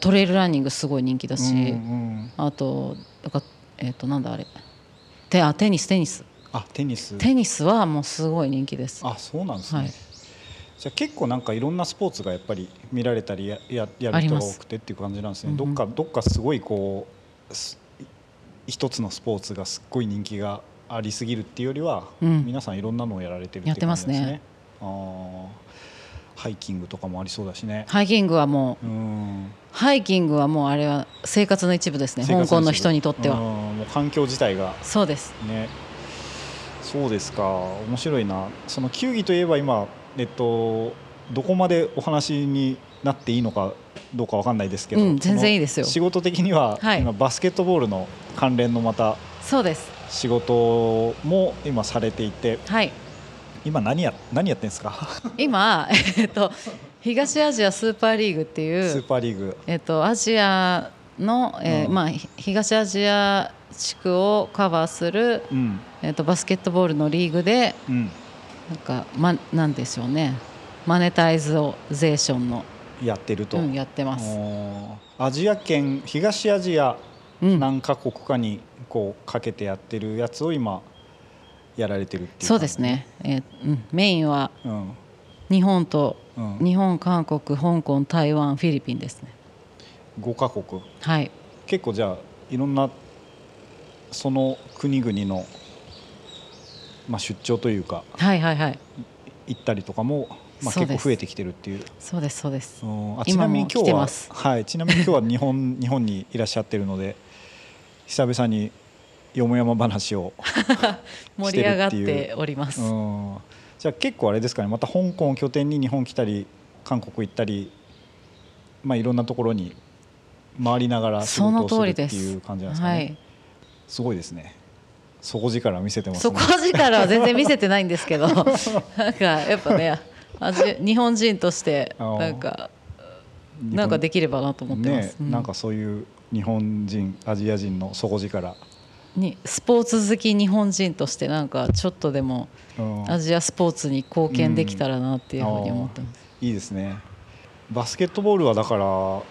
Speaker 3: トレイルランニングすごい人気だし、
Speaker 2: うんうん
Speaker 3: あとだからえっ、となんだあれてあテニステニス
Speaker 2: あテニス
Speaker 3: テニスはもうすごい人気です。
Speaker 2: あそうなんですね、
Speaker 3: はい
Speaker 2: じゃあ結構なんかいろんなスポーツがやっぱり見られたりやややる
Speaker 3: あり
Speaker 2: 人が
Speaker 3: ま
Speaker 2: 多
Speaker 3: す
Speaker 2: くてっていう感じなんですね、
Speaker 3: うんうん
Speaker 2: どっかどっかすごいこうす一つのスポーツがすっごい人気がありすぎるっていうよりは、
Speaker 3: うん
Speaker 2: 皆さんいろんなのをやられてるってい
Speaker 3: や
Speaker 2: う
Speaker 3: って
Speaker 2: 感
Speaker 3: ま
Speaker 2: じ
Speaker 3: す
Speaker 2: な
Speaker 3: ね
Speaker 2: んですねあーハイキングとかもありそうだしね、
Speaker 3: ハイキングはもう
Speaker 2: うん
Speaker 3: ハイキングはもうあれは生活の一部ですね
Speaker 2: 生活の一部
Speaker 3: 香港の人にとって
Speaker 2: う
Speaker 3: は、
Speaker 2: んもう環境自体が
Speaker 3: そうです
Speaker 2: ねそうですか面白いなその球技といえば今えっとどこまでお話になっていいのかどうかわかんないですけど、
Speaker 3: うん全然いいです
Speaker 2: その
Speaker 3: よ
Speaker 2: 仕事的には、
Speaker 3: はい
Speaker 2: 今バスケットボールの関連のまた
Speaker 3: そうです
Speaker 2: 仕事も今されていて
Speaker 3: はい
Speaker 2: 今何や何やってんですか、
Speaker 3: 今えっと東アジアスーパーリーグって
Speaker 2: スー
Speaker 3: いう、
Speaker 2: パーリーグ
Speaker 3: えっと、アジアの、えー
Speaker 2: うん
Speaker 3: まあ、ひ東アジア地区をカバーする、
Speaker 2: うん
Speaker 3: えっと、バスケットボールのリーグで
Speaker 2: うん
Speaker 3: なんか、ま、なんでしょうねマネタイズゼーションの、
Speaker 2: やってると、
Speaker 3: うん、やってます、
Speaker 2: おーアジア圏東アジア
Speaker 3: うん、
Speaker 2: 何カ国かにこうかけてやってるやつを今やられてるっていう
Speaker 3: そう
Speaker 2: 感じ
Speaker 3: ですね、えーうん、メインは
Speaker 2: うん
Speaker 3: 日本と
Speaker 2: うん、
Speaker 3: 日本韓国香港台湾フィリピンですね
Speaker 2: 5カ国
Speaker 3: はい
Speaker 2: 結構じゃあいろんなその国々の、まあ、出張というか
Speaker 3: はいはいはい
Speaker 2: 行ったりとかも、まあ、
Speaker 3: そう
Speaker 2: 結
Speaker 3: です
Speaker 2: 構増えてきてるっていう
Speaker 3: そうですそうです
Speaker 2: うんあちな
Speaker 3: 今
Speaker 2: みに今
Speaker 3: も来
Speaker 2: 日
Speaker 3: て
Speaker 2: は
Speaker 3: ます
Speaker 2: はいちなみに今日は日本日本にいらっしゃってるので久々によもやま話を、
Speaker 3: 盛り上が
Speaker 2: し
Speaker 3: っ
Speaker 2: てるってい
Speaker 3: ております、
Speaker 2: うん、じゃあ結構あれですかねまた香港を拠点に日本来たり韓国行ったり、まあ、いろんなところに回りながら仕
Speaker 3: そ
Speaker 2: 事
Speaker 3: の
Speaker 2: をす
Speaker 3: 通
Speaker 2: る
Speaker 3: り
Speaker 2: って
Speaker 3: です
Speaker 2: いう感じなんですかね。
Speaker 3: はい
Speaker 2: すごいですね。底力見せてますね
Speaker 3: 底。力は全然見せてないんですけ どなんかやっぱねアジ日本人として
Speaker 2: あー
Speaker 3: なんかなんかで
Speaker 2: き
Speaker 3: きればなと思ってます、う
Speaker 2: ね、
Speaker 3: ん
Speaker 2: なんかそういう日本人、アジア人の底力。
Speaker 3: にスポーツ好き日本人としてなんかちょっとでも
Speaker 2: うん
Speaker 3: アジアスポーツに貢献できたらなっていうふうに思ってます、
Speaker 2: いいですね。バスケットボールはだから。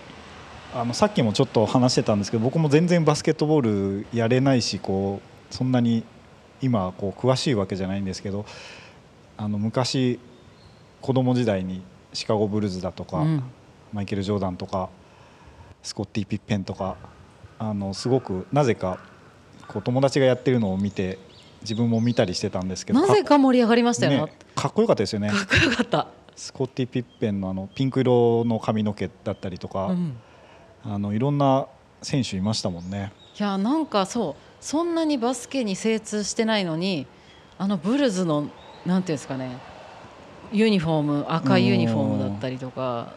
Speaker 2: あのさっきもちょっと話してたんですけど僕も全然バスケットボールやれないしこうそんなに今こう詳しいわけじゃないんですけどあの昔子供時代にシカゴブルーズだとか、
Speaker 3: うん
Speaker 2: マイケル・ジョーダンとかスコッティ・ピッペンとかあのすごくなぜかこう友達がやってるのを見て自分も見たりしてたんですけど
Speaker 3: なぜ
Speaker 2: か
Speaker 3: か盛り上がりましたよね
Speaker 2: ねかっこよかったですよね
Speaker 3: かっこよかった、
Speaker 2: スコッティ・ピッペンのあのピンク色の髪の毛だったりとか、
Speaker 3: うん
Speaker 2: あのいろんな選手いましたもんね。
Speaker 3: いやなんかそうそんなにバスケに精通してないのにあのブルズのなんていうんですかねユニフォーム赤いユニフォームだったりとか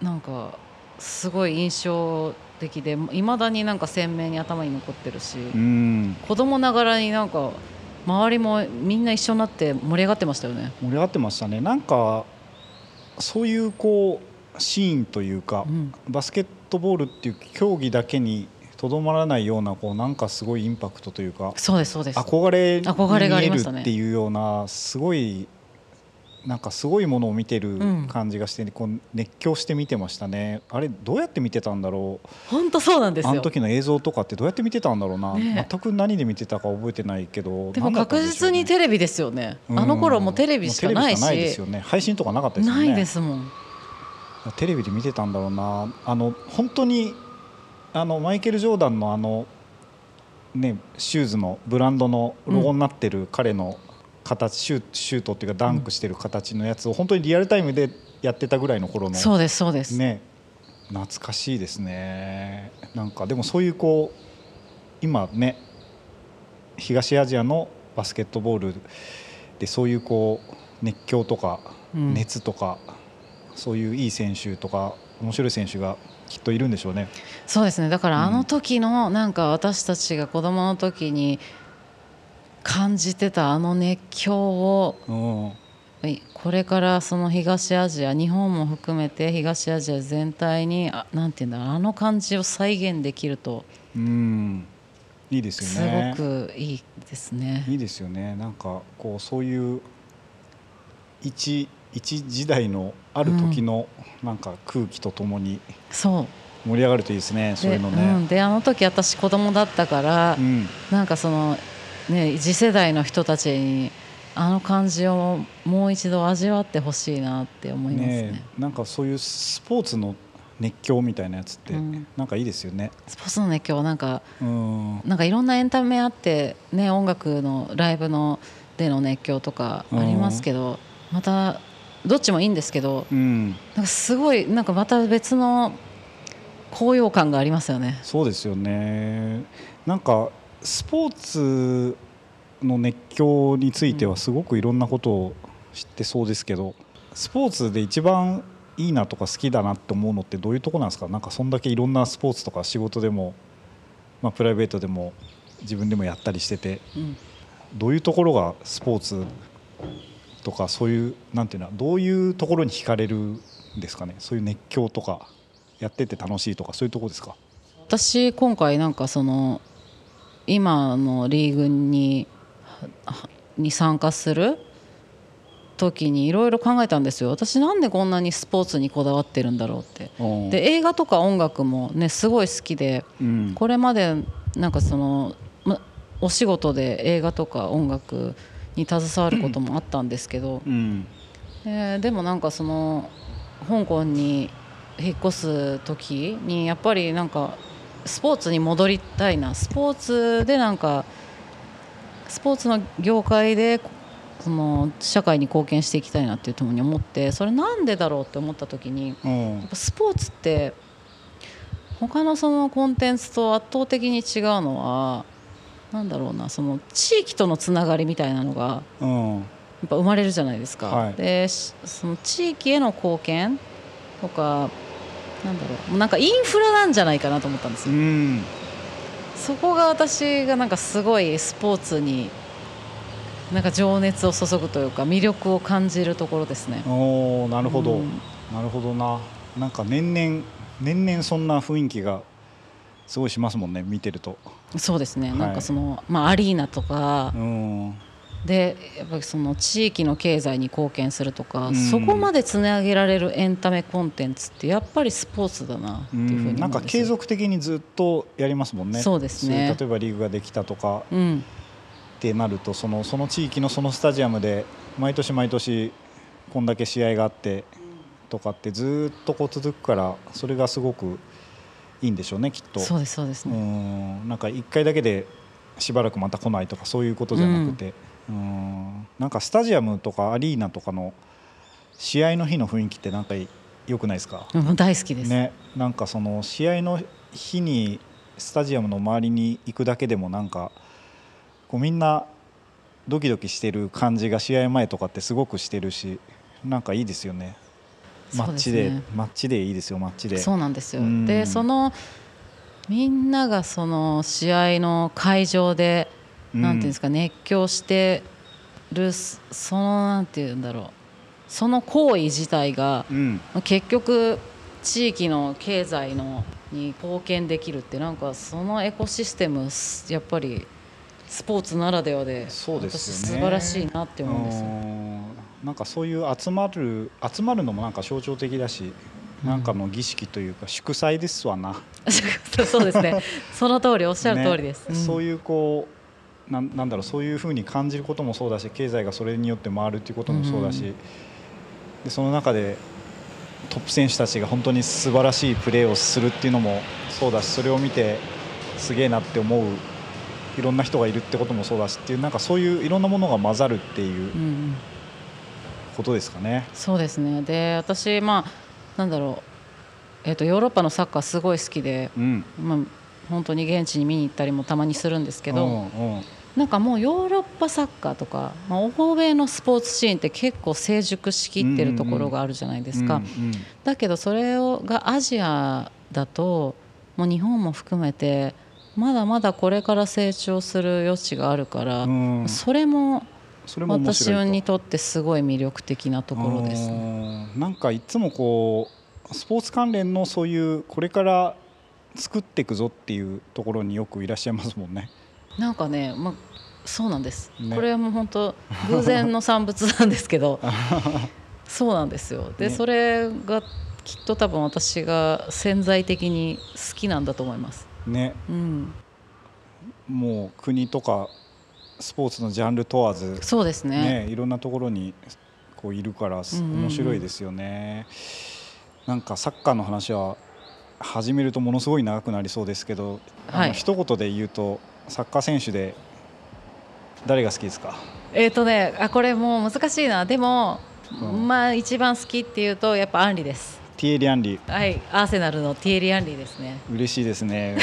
Speaker 3: なんかすごい印象的でいまだになんか鮮明に頭に残ってるし、
Speaker 2: うん
Speaker 3: 子供ながらになんか周りもみんな一緒になって盛り上がってましたよね。
Speaker 2: 盛り上がってましたねなんかそういうこうシーンというか、
Speaker 3: うん
Speaker 2: バスケットボールっていう競技だけにとどまらないようなこうなんかすごいインパクトというか
Speaker 3: そうですそうです。
Speaker 2: 憧れに
Speaker 3: 憧れがあ
Speaker 2: 見
Speaker 3: り
Speaker 2: え
Speaker 3: ま
Speaker 2: る
Speaker 3: したね
Speaker 2: っていうようなすごいなんかすごいものを見てる
Speaker 3: うん
Speaker 2: 感じがして、こう熱狂して見てましたねあれどうやって見てたんだろう
Speaker 3: 本当そうなんです
Speaker 2: あの
Speaker 3: よ。
Speaker 2: 時の映像とかってどうやって見てたんだろうな、
Speaker 3: ねえ
Speaker 2: 全く何で見てたか覚えてないけど
Speaker 3: でも確実に
Speaker 2: レ
Speaker 3: テレビですよね。あの頃もうテレビしかないし、
Speaker 2: ないですよね配信とかなかったですよ
Speaker 3: な
Speaker 2: ね
Speaker 3: いですもん。
Speaker 2: テレビで見てたんだろうなあの本当にあのマイケル・ジョーダンのあの、ね、シューズのブランドのロゴになってる彼の形、シューシュートっていうかダンクしてる形のやつを本当にリアルタイムでやってたぐらいの頃の、
Speaker 3: そうですそうです。
Speaker 2: ね、懐かしいですねなんかでもそういうこう今ね東アジアのバスケットボールでそういうこう熱狂とか
Speaker 3: うん
Speaker 2: 熱とか、そういういい選手とか面白い選手がきっといるんでしょうね。
Speaker 3: そうですねだから
Speaker 2: うん
Speaker 3: あの時のなんか私たちが子供の時に感じてたあの熱狂を
Speaker 2: うん
Speaker 3: いこれからその東アジア日本も含めて東アジア全体にあなんていうんだろうあの感じを再現できると
Speaker 2: うん、いいです
Speaker 3: す
Speaker 2: よね
Speaker 3: ごくいいですね。
Speaker 2: いいですよねなんかこうそういう一一時代のある時のなんか空気とともに
Speaker 3: そう
Speaker 2: 盛り上がるといいですね、そう
Speaker 3: で
Speaker 2: いうの
Speaker 3: う
Speaker 2: ね。
Speaker 3: ん、であの時私子供だったから、
Speaker 2: うん、
Speaker 3: なんかその、ね、次世代の人たちにあの感じをもう一度味わってほしいなって思いますね
Speaker 2: ねえなんかそういうスポーツの熱狂みたいなやつって、
Speaker 3: うん
Speaker 2: なんかいいですよね。
Speaker 3: スポーツの熱狂はなんか
Speaker 2: うん、
Speaker 3: なんかいろんなエンタメあって、ね、音楽のライブのでの熱狂とかありますけど、またどっちもいいんですけど
Speaker 2: うん、
Speaker 3: なんかすごいなんかまた別の高揚感がありますよね。
Speaker 2: そうですよね。なんかスポーツの熱狂についてはすごくいろんなことを知ってそうですけど、スポーツで一番いいなとか好きだなって思うのってどういうとこなんですか。なんかそんだけいろんなスポーツとか仕事でも、まあプライベートでも自分でもやったりしてて、
Speaker 3: うん
Speaker 2: どういうところがスポーツとかそういうなんていうのはどういうところに惹かれるんですかねそういう熱狂とかやってて楽しいとかそういうところですか
Speaker 3: 私今回なんかその今のリーグにはに参加する時にいろいろ考えたんですよ私なんでこんなにスポーツにこだわってるんだろうってで映画とか音楽もねすごい好きで
Speaker 2: うん
Speaker 3: これまでなんかその、ま、お仕事で映画とか音楽に携わることもあったんですけど、
Speaker 2: うん
Speaker 3: ででもなんかその香港に引っ越す時にやっぱりなんかスポーツに戻りたいなスポーツでなんかスポーツの業界でその社会に貢献していきたいなっていうともに思ってそれなんでだろうって思った時にや
Speaker 2: うん
Speaker 3: っぱスポーツって他のそのコンテンツと圧倒的に違うのはなんだろうなその地域とのつながりみたいなのが
Speaker 2: うん
Speaker 3: やっぱ生まれるじゃないですか、
Speaker 2: はい
Speaker 3: でしその地域への貢献とかなんだろうもうなんかインフラなんじゃないかなと思ったんです
Speaker 2: う
Speaker 3: よ、
Speaker 2: ん
Speaker 3: そこが私がなんかすごいスポーツになんか情熱を注ぐというか魅力を感じるところですね
Speaker 2: おーなるほど、
Speaker 3: うん
Speaker 2: なるほどななんか年々年々そんな雰囲気がすごいしますもんね見てると
Speaker 3: そうですね、
Speaker 2: はい
Speaker 3: なんかその、まあ、アリーナとか
Speaker 2: うん
Speaker 3: でやっぱりその地域の経済に貢献するとか、
Speaker 2: うん
Speaker 3: そこまでつなげられるエンタメコンテンツってやっぱりスポーツだなって
Speaker 2: う
Speaker 3: いうふうに思うん
Speaker 2: ん
Speaker 3: です
Speaker 2: な
Speaker 3: よ
Speaker 2: んか継続的にずっとやりますもんね
Speaker 3: そうですね
Speaker 2: そういう例えばリーグができたとか
Speaker 3: うん
Speaker 2: ってなるとそのその地域のそのスタジアムで毎年毎年こんだけ試合があってとかってずーっとこう続くからそれがすごくいいんでしょうねきっと
Speaker 3: そうですそうです
Speaker 2: う
Speaker 3: ね、
Speaker 2: んなんか1回だけでしばらくまた来ないとかそういうことじゃなくて、うん、なんかスタジアムとかアリーナとかの試合の日の雰囲気ってなんか良くないですか
Speaker 3: うん大好きです、
Speaker 2: ね、なんかその試合の日にスタジアムの周りに行くだけでもなんかこうみんなドキドキしてる感じが試合前とかってすごくしてるしなんかいいですよねマ
Speaker 3: そ
Speaker 2: ッ
Speaker 3: うで
Speaker 2: チ
Speaker 3: す
Speaker 2: で
Speaker 3: ね
Speaker 2: マッチでいいですよマッチで
Speaker 3: そうなんですよ
Speaker 2: うん
Speaker 3: でそのみんながその試合の会場でなんていうんです
Speaker 2: か
Speaker 3: か熱狂してるそそのなんていうんだろうその行為自体が
Speaker 2: うん
Speaker 3: 結局地域の経済のに貢献できるってなんかそのエコシステムすやっぱりスポーツならではで
Speaker 2: そうですよ
Speaker 3: 私素
Speaker 2: ね
Speaker 3: 晴らしいなって思うんですよ。
Speaker 2: うんなんかそういう集まる集まるのもなんか象徴的だしなんかの儀式というか祝祭ですわな、
Speaker 3: そうですね。その通りおっしゃる通りです。
Speaker 2: ねそういうこうなんなんだろうそういうふうに感じることもそうだし経済がそれによって回るっていうこともそうだし、
Speaker 3: うん
Speaker 2: でその中でトップ選手たちが本当に素晴らしいプレーをするっていうのもそうだしそれを見てすげえなって思ういろんな人がいるってこともそうだしっていうなんかそういういろんなものが混ざるっていう
Speaker 3: うんうん
Speaker 2: ことですかね。
Speaker 3: そうですね。で私まあなんだろうえっ、とヨーロッパのサッカーすごい好きで、
Speaker 2: うん
Speaker 3: まあ本当に現地に見に行ったりもたまにするんですけど、
Speaker 2: うんうん
Speaker 3: なんかもうヨーロッパサッカーとか、まあ、欧米のスポーツシーンって結構成熟しきってるところがあるじゃないですか、
Speaker 2: うん
Speaker 3: だけどそれをがアジアだともう日本も含めてまだまだこれから成長する余地があるから、
Speaker 2: うんうん
Speaker 3: それも
Speaker 2: それも面
Speaker 3: 私
Speaker 2: 白いと
Speaker 3: にとってすごい魅力的なところです、ね、
Speaker 2: あーなんかいつもこうスポーツ関連のそういうこれから作っていくぞっていうところによくいらっしゃいますもんね。
Speaker 3: なんかね、まあ、そうなんです、
Speaker 2: ね
Speaker 3: これはもう本当偶然の産物なんです けどそうなんですよで、
Speaker 2: ね
Speaker 3: それがきっと多分私が潜在的に好きなんだと思います、
Speaker 2: ね
Speaker 3: うん、
Speaker 2: もう国とかスポーツのジャンル問わず、
Speaker 3: そうですね
Speaker 2: ねいろんなところにこういるからす
Speaker 3: うんうんうん
Speaker 2: 面白いですよね。なんかサッカーの話は始めるとものすごい長くなりそうですけど、
Speaker 3: は
Speaker 2: あの
Speaker 3: い
Speaker 2: 一言で言うとサッカー選手で誰が好きですか
Speaker 3: えっ、とねあこれもう難しいなでも、
Speaker 2: うん
Speaker 3: まあ一番好きっていうとやっぱアンリです
Speaker 2: ティエリ・アンリ
Speaker 3: はいアーセナルのティエリ・アンリですね
Speaker 2: 嬉しいですね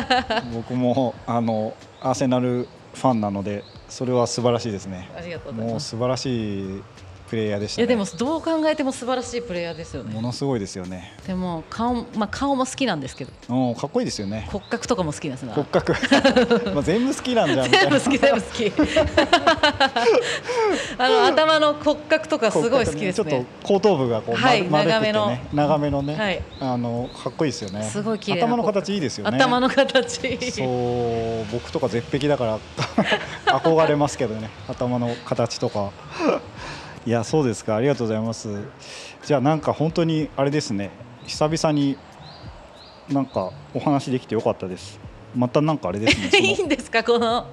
Speaker 2: 僕もあのアーセナルファンなのでそれは素晴らしいですね
Speaker 3: ありがとうござい
Speaker 2: も
Speaker 3: ま
Speaker 2: う
Speaker 3: す
Speaker 2: 素晴らしいプレイヤーでし
Speaker 3: い
Speaker 2: たね
Speaker 3: やでもどう考えても素晴らしいプレイヤーですよ
Speaker 2: も
Speaker 3: ね
Speaker 2: のすごいですよね
Speaker 3: でも顔,、まあ、顔も好きなんですけど
Speaker 2: うんかっこいいですよね
Speaker 3: 骨格とかも好きなんですね
Speaker 2: 骨格 まあ全部好きなんじゃんみた
Speaker 3: 全
Speaker 2: いな
Speaker 3: 部好き全部好き あの頭の骨格とかすごい好きです
Speaker 2: 骨格ち
Speaker 3: ね
Speaker 2: ょっと後頭部がこう、
Speaker 3: はい
Speaker 2: 丸丸くて
Speaker 3: 長め
Speaker 2: ね長めのね、
Speaker 3: はい
Speaker 2: あのかっこいいですよね
Speaker 3: すごい綺麗な
Speaker 2: 頭の形いいですよね
Speaker 3: 頭の形
Speaker 2: そう僕とか絶壁だから 憧れますけどね頭の形とかいやそうですかありがとうございますじゃあなんか本当にあれですね久々になんかお話できてよかったですまたなんかあれですねその
Speaker 3: いいんですかこの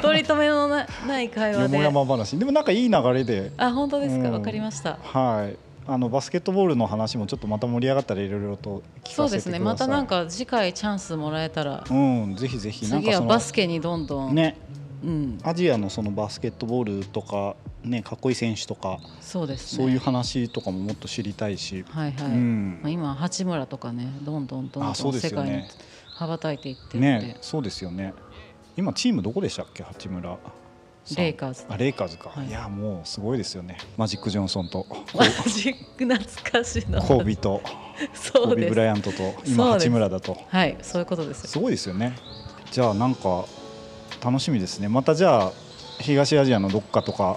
Speaker 3: 取り留めのなない会話
Speaker 2: よも
Speaker 3: で
Speaker 2: やま話でもなんかいい流れで
Speaker 3: あ本当ですか
Speaker 2: うん
Speaker 3: わかりました
Speaker 2: はいあのバスケットボールの話もちょっとまた盛り上がったらいろいろと聞
Speaker 3: そ
Speaker 2: か
Speaker 3: う
Speaker 2: せてくださ
Speaker 3: で
Speaker 2: い
Speaker 3: すねまたなんか次回チャンスもらえたら
Speaker 2: うんぜひぜひなん
Speaker 3: 次
Speaker 2: か
Speaker 3: は
Speaker 2: その
Speaker 3: バスケにどんどん、
Speaker 2: ね
Speaker 3: うん、
Speaker 2: アジアのそのバスケットボールとか、ね、かっこいい選手とか、
Speaker 3: そうですね
Speaker 2: そういう話とかももっと知りたいし、
Speaker 3: はいは
Speaker 2: う
Speaker 3: い、まあ
Speaker 2: ん、
Speaker 3: 今八村とかねどんどんどんど
Speaker 2: あそうんです
Speaker 3: 世
Speaker 2: よね
Speaker 3: 界に羽ばたいていってるんで、
Speaker 2: ね、そうですよね。今チームどこでしたっけ、八村さん。
Speaker 3: レイカーズ
Speaker 2: あ、レイカーズか、、
Speaker 3: はいい
Speaker 2: や、もうすごいですよね。マジックジョンソンと、
Speaker 3: マジック懐かしいな
Speaker 2: コービーと、コ
Speaker 3: そう
Speaker 2: ービー
Speaker 3: です
Speaker 2: ブライアントと、今
Speaker 3: そうです
Speaker 2: 八村だと。
Speaker 3: はい、そういうことですよ。
Speaker 2: すごいですよね。じゃあ、なんか楽しみですね。またじゃあ、東アジアのどっかとか。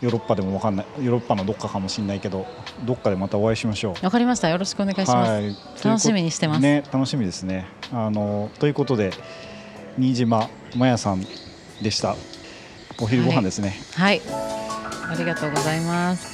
Speaker 2: ヨーロッパでもわかんないヨーロッパのどっかかもしれないけどどっかでまたお会いしましょう。
Speaker 3: わかりました。よろしくお願いします。
Speaker 2: はい
Speaker 3: 楽しみにしてます
Speaker 2: ということね、楽しみですね。あのということで新島まやさんでした。お昼ご飯ですね。
Speaker 3: はい、ありがとうございます。